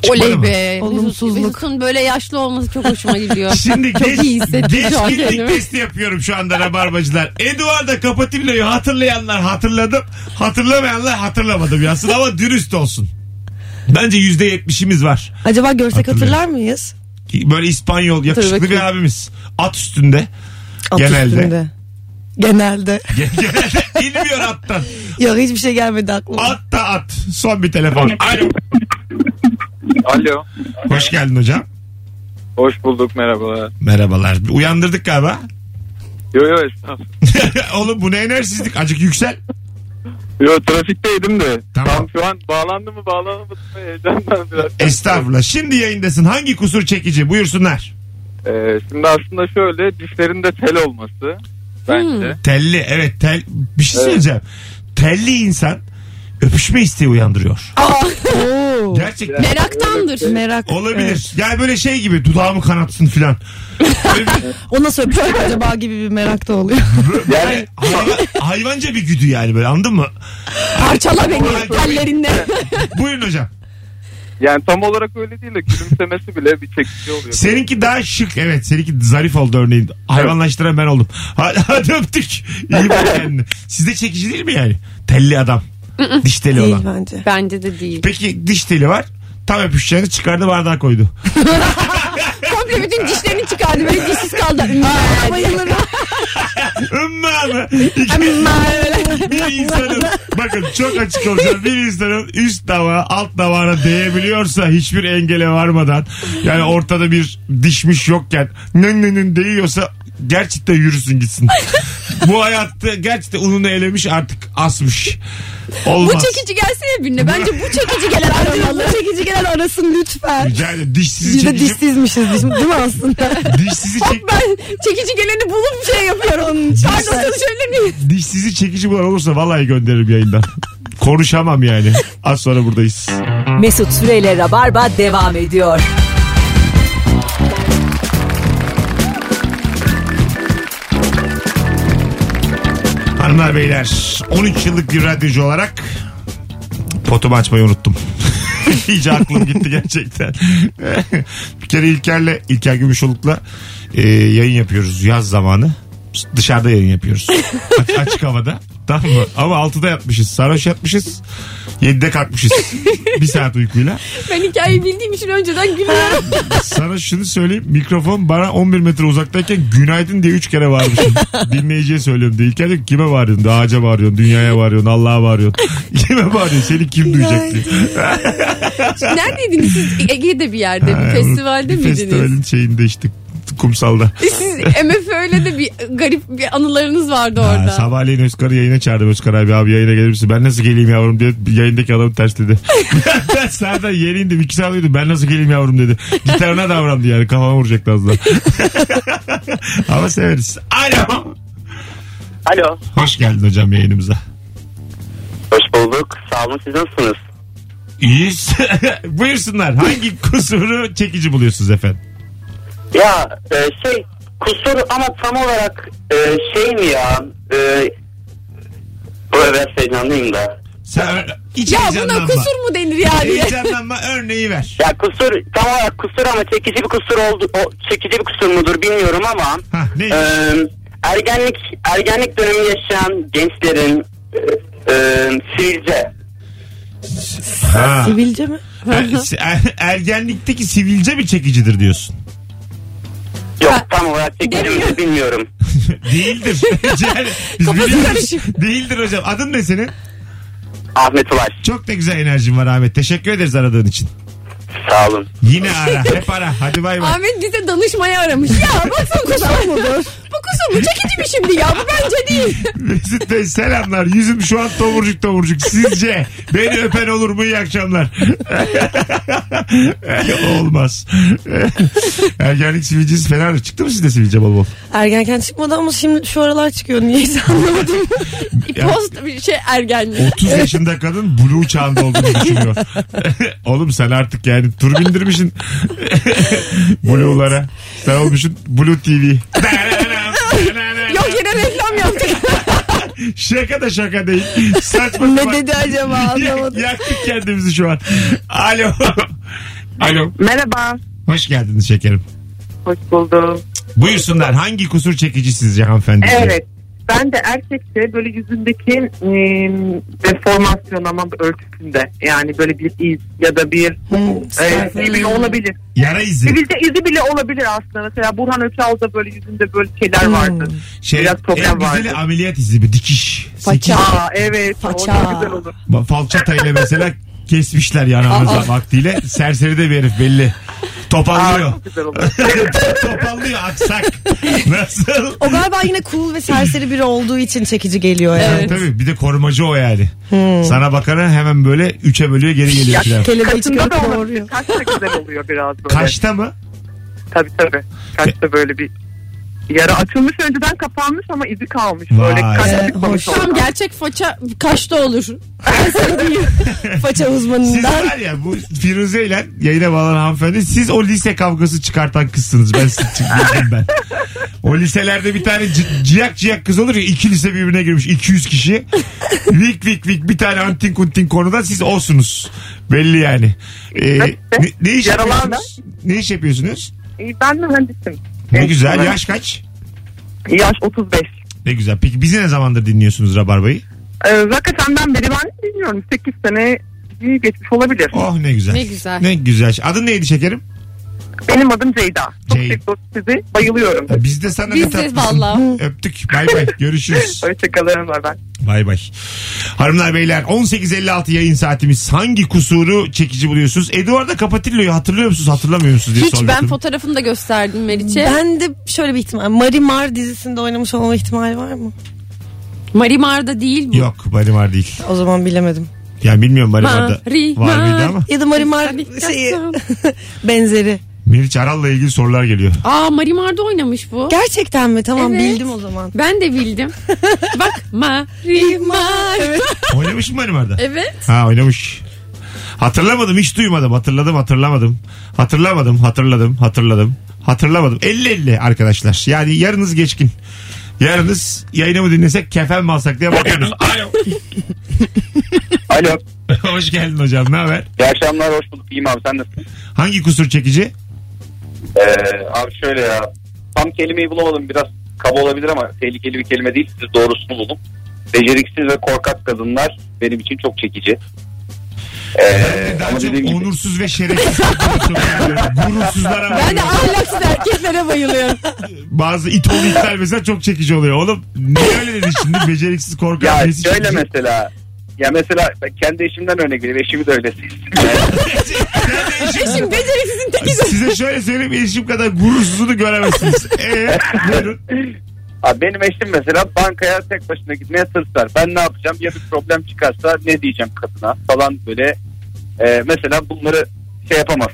S2: Çıkmadı
S3: Oley
S2: mı?
S3: be.
S4: Olumsuzluk.
S3: Mesut- Mesut'un böyle yaşlı olması çok hoşuma gidiyor.
S2: Şimdi
S3: Çok
S2: geç,
S3: iyi hissettim
S2: geç
S3: şu an
S2: kimlik
S3: kendimi.
S2: testi yapıyorum şu anda rabarbacılar. Eduardo Capatillo'yu hatırlayanlar hatırladım. Hatırlamayanlar hatırlamadım yazsın ama dürüst olsun. Bence yüzde yetmişimiz var.
S4: Acaba görsek
S2: Hatırlıyorum.
S4: hatırlar mıyız?
S2: Böyle İspanyol
S3: Dur
S2: yakışıklı
S3: bakayım.
S2: bir abimiz. At üstünde.
S4: At
S2: Genelde.
S4: üstünde. Genelde.
S2: Genelde inmiyor attan.
S4: Yok hiçbir şey gelmedi aklıma.
S2: At da at. Son bir telefon. Alo.
S8: Alo.
S2: Hoş geldin hocam.
S8: Hoş bulduk merhabalar.
S2: Merhabalar. Uyandırdık galiba.
S8: Yo yo estağfurullah.
S2: Oğlum bu ne enerjisizlik? Acık yüksel.
S8: Yo trafikteydim de.
S2: Tamam.
S8: Tam şu an bağlandı mı bağlanamadı mı heyecandan biraz.
S2: Estağfurullah. Şimdi yayındasın. Hangi kusur çekici? Buyursunlar.
S8: Ee, şimdi aslında şöyle dişlerinde tel olması bence.
S5: Hmm.
S2: Telli. Evet tel. Bir şey söyleyeceğim. Telli insan öpüşme isteği uyandırıyor.
S4: Oo.
S2: Gerçekten.
S3: Meraktandır.
S4: Merak.
S2: Olabilir.
S4: Evet.
S2: Yani böyle şey gibi dudağımı kanatsın filan. Böyle bir-
S4: O nasıl öpüşecek şey acaba gibi bir merak da oluyor.
S2: Yani hayvan, hayvanca bir güdü yani böyle anladın mı?
S3: Parçala beni
S2: Parçala beni.
S3: tellerinde.
S2: Buyurun hocam.
S8: Yani tam olarak öyle değil de gülümsemesi bile bir çekici oluyor.
S2: Seninki daha şık. Evet seninki zarif oldu örneğin. Hayvanlaştıran ben oldum. Hadi, hadi öptük. İyi bak kendine. Sizde çekici değil mi yani? Telli adam. Diş teli
S4: Değil
S2: olan.
S4: bence.
S3: Bence de değil.
S2: Peki diş teli var. Tam öpüşeceğini çıkardı bardağa koydu.
S3: Komple bütün dişlerini çıkardı. Böyle dişsiz kaldı. Bayılırım.
S2: Amma mı? İki- bir insanın bakın çok açık olacağım. Bir insanın üst dava alt davana değebiliyorsa hiçbir engele varmadan yani ortada bir dişmiş yokken nın nın nın değiyorsa gerçekten yürüsün gitsin. Bu hayatta gerçekten ununu elemiş artık asmış. Olmaz.
S3: Bu çekici gelse ya birine. Bence bu çekici gelen aramalı.
S4: Bu çekici gelen arasın lütfen.
S2: Rica ederim. Dişsizi
S4: Biz de
S2: çekicim.
S4: dişsizmişiz bizim değil mi aslında?
S2: Dişsizi çek...
S3: Ben çekici geleni bulup şey yapıyorum. Pardon konuşabilir miyim?
S2: Dişsizi çekici bulan olursa vallahi gönderirim yayından. Konuşamam yani. Az sonra buradayız.
S1: Mesut Süreyle Rabarba devam ediyor.
S2: Hanımlar beyler 13 yıllık bir radyocu olarak potumu açmayı unuttum. İyice aklım gitti gerçekten. bir kere İlker'le İlker Gümüşoluk'la e, yayın yapıyoruz yaz zamanı. Dışarıda yayın yapıyoruz. A- açık havada. Tamam mı? Ama 6'da yatmışız. Sarhoş yatmışız. 7'de kalkmışız. bir saat uykuyla.
S3: Ben hikayeyi bildiğim için önceden gülüyorum.
S2: Sana şunu söyleyeyim. Mikrofon bana 11 metre uzaktayken günaydın diye 3 kere bağırmışım. Dinleyiciye söylüyorum diye. İlker diyor ki, kime bağırıyorsun? Diyor, Ağaca bağırıyorsun, dünyaya bağırıyorsun, Allah'a bağırıyorsun. kime bağırıyorsun? Seni kim duyacak diye.
S3: Neredeydiniz siz? E, Ege'de bir yerde.
S2: Ha,
S3: Bir festivalde
S2: bir
S3: miydiniz?
S2: Festivalin şeyinde işte kumsalda.
S3: Siz MFÖ'yle de bir garip bir anılarınız vardı
S2: Ha,
S3: orada.
S2: sabahleyin Özkar'ı yayına çağırdım. Özkar abi abi yayına gelir misin? Ben nasıl geleyim yavrum diye yayındaki adam tersledi. ben senden yeni indim. iki saat uyudum. Ben nasıl geleyim yavrum dedi. Gitarına davrandı yani. Kafama vuracaktı az daha. Ama severiz. Alo.
S9: Alo.
S2: Hoş geldin hocam yayınımıza.
S9: Hoş bulduk. Sağ olun siz nasılsınız?
S2: İyiyiz. Buyursunlar. Hangi kusuru çekici buluyorsunuz efendim?
S9: Ya e, şey kusur ama tam olarak e, şey mi ya? E, bu evet heyecanlıyım da.
S2: Sen ö- hiç
S3: Ya buna
S2: heyecanlanma.
S3: kusur mu denir ya diye.
S2: Heyecanlanma örneği ver.
S9: Ya kusur tam olarak kusur ama çekici bir kusur oldu. O, çekici bir kusur mudur bilmiyorum ama.
S2: Hah, ne?
S9: e, ergenlik ergenlik dönemi yaşayan gençlerin e, e, sivilce.
S2: Ha.
S4: Sivilce mi?
S2: Er- ergenlikteki sivilce bir çekicidir diyorsun.
S9: Yok
S3: Ha.
S9: tam olarak çekici mi bilmiyorum.
S2: Değildir. Yani biz
S3: Kafası
S2: biliyoruz.
S3: karışık.
S2: Değildir hocam. Adın ne senin?
S9: Ahmet Ulaş.
S2: Çok da güzel enerjin var Ahmet. Teşekkür ederiz aradığın için.
S9: Sağ olun.
S2: Yine ara. Hep ara. Hadi bay bay.
S3: Ahmet bize danışmaya aramış. Ya bak bu kusur mudur? Bu kusur mu? Çekici mi şimdi ya? Bu bence değil.
S2: Mesut Bey selamlar. Yüzüm şu an tomurcuk tomurcuk. Sizce beni öpen olur mu? İyi akşamlar. Olmaz. Ergenlik sivilcesi fena. Çıktı mı sizde sivilce bol bol?
S4: Ergenken çıkmadı ama şimdi şu aralar çıkıyor. Niye anlamadım.
S3: Post bir şey ergenliği.
S2: 30 yaşında kadın blue çağında olduğunu düşünüyor. Oğlum sen artık yani tur bindirmişsin blue'lara. Sen olmuşsun blue TV.
S3: Yok yine reklam yaptık.
S2: Şaka da şaka değil. Saçma
S4: ne
S2: sapan.
S4: dedi acaba anlamadım.
S2: Yaktık kendimizi şu an. Alo. Alo.
S5: Merhaba.
S2: Hoş geldiniz şekerim.
S5: Hoş buldum.
S2: Buyursunlar. Hangi kusur çekici sizce hanımefendi?
S5: Evet. Ben de erkekte böyle yüzündeki e, deformasyon ama ölçüsünde. Yani böyle bir iz ya da bir e, ne
S2: Hmm.
S5: bileyim olabilir.
S2: Yara izi.
S5: Sivilce izi bile olabilir aslında. Mesela Burhan Öçal'da böyle yüzünde böyle şeyler vardı.
S2: Şey,
S5: Biraz problem
S2: en güzeli
S5: vardı.
S2: ameliyat izi bir dikiş.
S3: Paça.
S5: Aa evet.
S3: Paça.
S5: O da güzel olur.
S2: Ba- Falçatayla mesela kesmişler yanağınıza vaktiyle. Serseri de bir herif belli. Topallıyor.
S5: Çok güzel olur.
S2: Topallıyor aksak. Nasıl?
S4: O galiba yine cool ve serseri biri olduğu için çekici geliyor yani.
S2: Tabii, Tabii bir de korumacı o yani.
S5: Hmm.
S2: Sana bakana hemen böyle üçe bölüyor geri geliyor. filan.
S4: Kelebek
S5: Kaşında da
S4: çıkıyor
S5: olabilir.
S4: doğruyor.
S5: Kaş da güzel oluyor biraz böyle.
S2: Kaşta mı?
S5: Tabii tabii. Kaşta böyle bir yara açılmış önceden kapanmış ama izi kalmış.
S2: Vay.
S5: Böyle kaş
S4: Ee,
S5: çıkmamış
S4: hoş.
S5: oradan.
S3: Tam gerçek faça kaşta olur.
S4: Faça
S2: Siz
S4: uzmanından.
S2: var ya bu Firuze ile yayına bağlanan hanımefendi siz o lise kavgası çıkartan kızsınız. Ben sizi çıkardım ben. O liselerde bir tane ci- ciyak ciyak kız olur ya iki lise birbirine girmiş 200 kişi. Vik vik vik bir tane antin kuntin konuda siz osunuz. Belli yani. Ee, ne, ne iş
S5: Yaralandı.
S2: yapıyorsunuz? Ne iş yapıyorsunuz?
S5: Ee, Ben mühendisim.
S2: Ne
S5: Evet,
S2: güzel
S5: evet.
S2: yaş kaç?
S5: Yaş 35.
S2: Ne güzel. Peki bizi ne zamandır dinliyorsunuz Rabarba'yı?
S5: Ee, Rakatem'den beri ben bilmiyorum. 8 sene geçmiş olabilir.
S2: Oh ne güzel.
S3: Ne güzel.
S2: Ne güzel. Adın neydi şekerim?
S5: Benim adım Ceyda. Çok
S2: Cey-
S5: seviyorum sizi. Bayılıyorum.
S2: E, Biz de sana ne
S3: Biz de
S2: tatlısın.
S3: valla.
S2: Öptük. Bay bay. Görüşürüz.
S5: Hoşçakalın. Bay bay.
S2: Bay bay. Hanımlar beyler 18.56 yayın saatimiz. Hangi kusuru çekici buluyorsunuz? Eduardo Capatillo'yu hatırlıyor musunuz hatırlamıyor musunuz diye
S3: Hiç ben
S2: sormuştum.
S3: fotoğrafını da gösterdim Meriç'e.
S4: Ben de şöyle bir ihtimal. Marimar dizisinde oynamış olma ihtimali var mı?
S3: Marimar'da değil bu.
S2: Yok Marimar değil.
S4: O zaman bilemedim.
S2: Yani bilmiyorum Marimar'da
S3: Marimar.
S2: var mıydı ama.
S4: Ya da Marimar şeyi benzeri.
S2: Meriç Aral'la ilgili sorular geliyor.
S3: Aa Marimar'da oynamış bu.
S4: Gerçekten mi? Tamam
S3: Evet.
S4: bildim o zaman.
S3: Ben de bildim. Bak Marimar. Evet.
S2: Oynamış mı Marimar'da? Ha oynamış. Hatırlamadım hiç duymadım. Hatırladım hatırlamadım. Hatırlamadım hatırladım hatırladım. Hatırlamadım. 50-50 arkadaşlar. Yani yarınız geçkin. Yarınız yayını mı dinlesek kefen mi alsak diye bakıyoruz. Alo.
S9: Alo.
S2: Hoş geldin hocam ne haber?
S9: İyi akşamlar hoş bulduk. İyiyim abi sen nasılsın?
S2: Hangi kusur çekici?
S9: Ee, abi şöyle ya. Tam kelimeyi bulamadım. Biraz kaba olabilir ama tehlikeli bir kelime değil. Siz doğrusunu bulun. Beceriksiz ve korkak kadınlar benim için çok çekici. Ee,
S2: Daha
S9: ama
S2: çok
S9: dediğim gibi
S2: onursuz ve şerefsiz. kadınları çok seviyorum. Gurursuzlara
S3: Ben de
S2: bayılıyorum.
S3: ahlaksız erkeklere bayılıyorum.
S2: Bazı it oğlu itler mesela çok çekici oluyor. Oğlum niye öyle dedin şimdi? Beceriksiz korkan
S9: ya
S2: birisi
S9: şöyle
S2: çekici.
S9: mesela ya mesela ben kendi eşimden örnek vereyim. Eşimi de öyle
S2: Yani eşim-
S3: Şimdi beceriksizin teki de.
S2: Size şöyle söyleyeyim eşim kadar gurursuzunu göremezsiniz. Eee buyurun.
S9: Abi benim eşim mesela bankaya tek başına gitmeye tırsar. Ben ne yapacağım? Ya bir problem çıkarsa ne diyeceğim kadına falan böyle. Ee, mesela bunları şey yapamaz.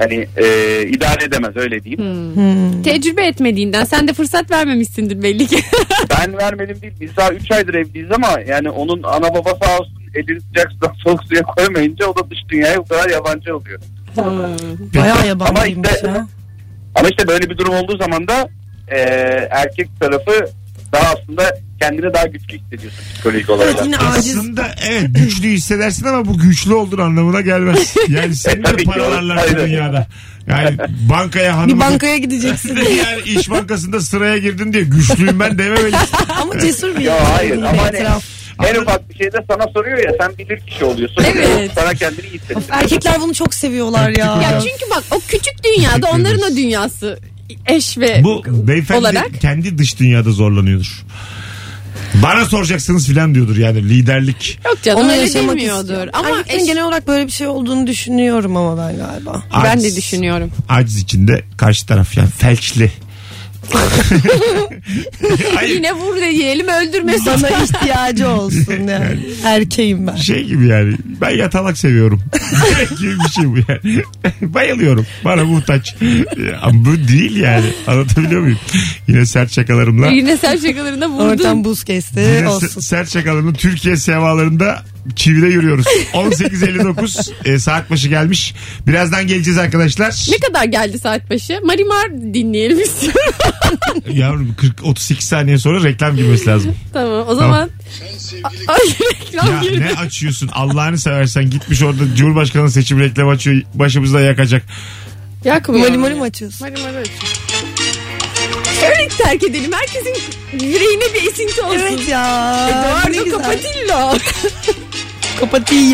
S9: Yani e, idare edemez öyle diyeyim.
S3: Tecrübe etmediğinden sen de fırsat vermemişsindir belli ki.
S9: Ben vermedim değil. Biz daha 3 aydır evliyiz ama yani onun ana baba sağ olsun elini sıcak sudan soğuk suya koymayınca o da dış dünyaya bu kadar yabancı oluyor.
S4: Bayağı
S9: Ama
S4: yabancıymış
S9: işte,
S4: ya.
S9: ama işte böyle bir durum olduğu zaman da e, erkek tarafı daha aslında kendini daha güçlü hissediyorsun psikolojik olarak.
S4: Evet, yine aciz.
S2: Aslında evet güçlü hissedersin ama bu güçlü olduğun anlamına gelmez. Yani
S9: E,
S2: senin de
S9: tabii ki,
S2: paralarlar
S9: aynen.
S2: bu dünyada. Yani bankaya
S4: Bir
S2: hanımın...
S4: bankaya gideceksin.
S2: yani iş bankasında sıraya girdin diye güçlüyüm ben dememelisin.
S4: Ama cesur bir
S9: Yo, hayır,
S4: bir
S9: ama hani-
S4: itiraf.
S9: En ufak bir şeyde sana soruyor ya sen bilir kişi oluyorsun.
S3: Evet.
S9: Sana kendini iyi hissediyorsun.
S4: Erkekler bunu çok seviyorlar ya.
S3: ya çünkü bak o küçük dünyada onların o dünyası eş ve
S2: Bu beyefendi
S3: olarak
S2: kendi dış dünyada zorlanıyordur. Bana soracaksınız filan diyordur yani liderlik.
S3: Yok canım
S4: Onu
S3: öyle
S4: yaşamak
S3: demiyordur.
S4: istiyorum.
S3: Ama
S4: Erkeklerin
S3: eş-
S4: genel olarak böyle bir şey olduğunu düşünüyorum ama ben galiba.
S3: ben de
S2: Aciz-
S3: düşünüyorum.
S2: Aciz içinde karşı taraf yani felçli. Hayır.
S3: Yine vur de yiyelim öldürmesin.
S4: Bana ihtiyacı olsun yani. Erkeğim ben.
S2: şey gibi yani ben yatalak seviyorum gibi bir şey bu yani bayılıyorum bana muhtaç ama bu değil yani anlatabiliyor muyum yine sert şakalarımla
S3: Yine sen şakalarında vurdun.
S4: Oradan buz kesti
S2: yine se-
S4: olsun.
S2: sert şakalarımla Türkiye sevalarında çivide yürüyoruz 18.59 e, saat başı gelmiş birazdan geleceğiz arkadaşlar
S3: Ne kadar geldi saat başı? Marimar dinleyelim istiyorum.
S2: yavrum 40 38 saniye sonra reklam girmesi lazım
S3: tamam o zaman. Ay reklam
S2: ya
S3: girdi.
S2: ne açıyorsun Allah'ını seversen gitmiş orada Cumhurbaşkanı seçim reklamı açıyor başımızda yakacak
S3: Yakmıyorum.
S4: Mali mali mi açıyorsun?
S3: Marimar ölçün. Öyle terk edelim. Herkesin yüreğine bir esinti olsun.
S4: Evet ya.
S3: Eduardo
S4: Ne güzel.
S3: Capatillo.
S4: Kapatayım.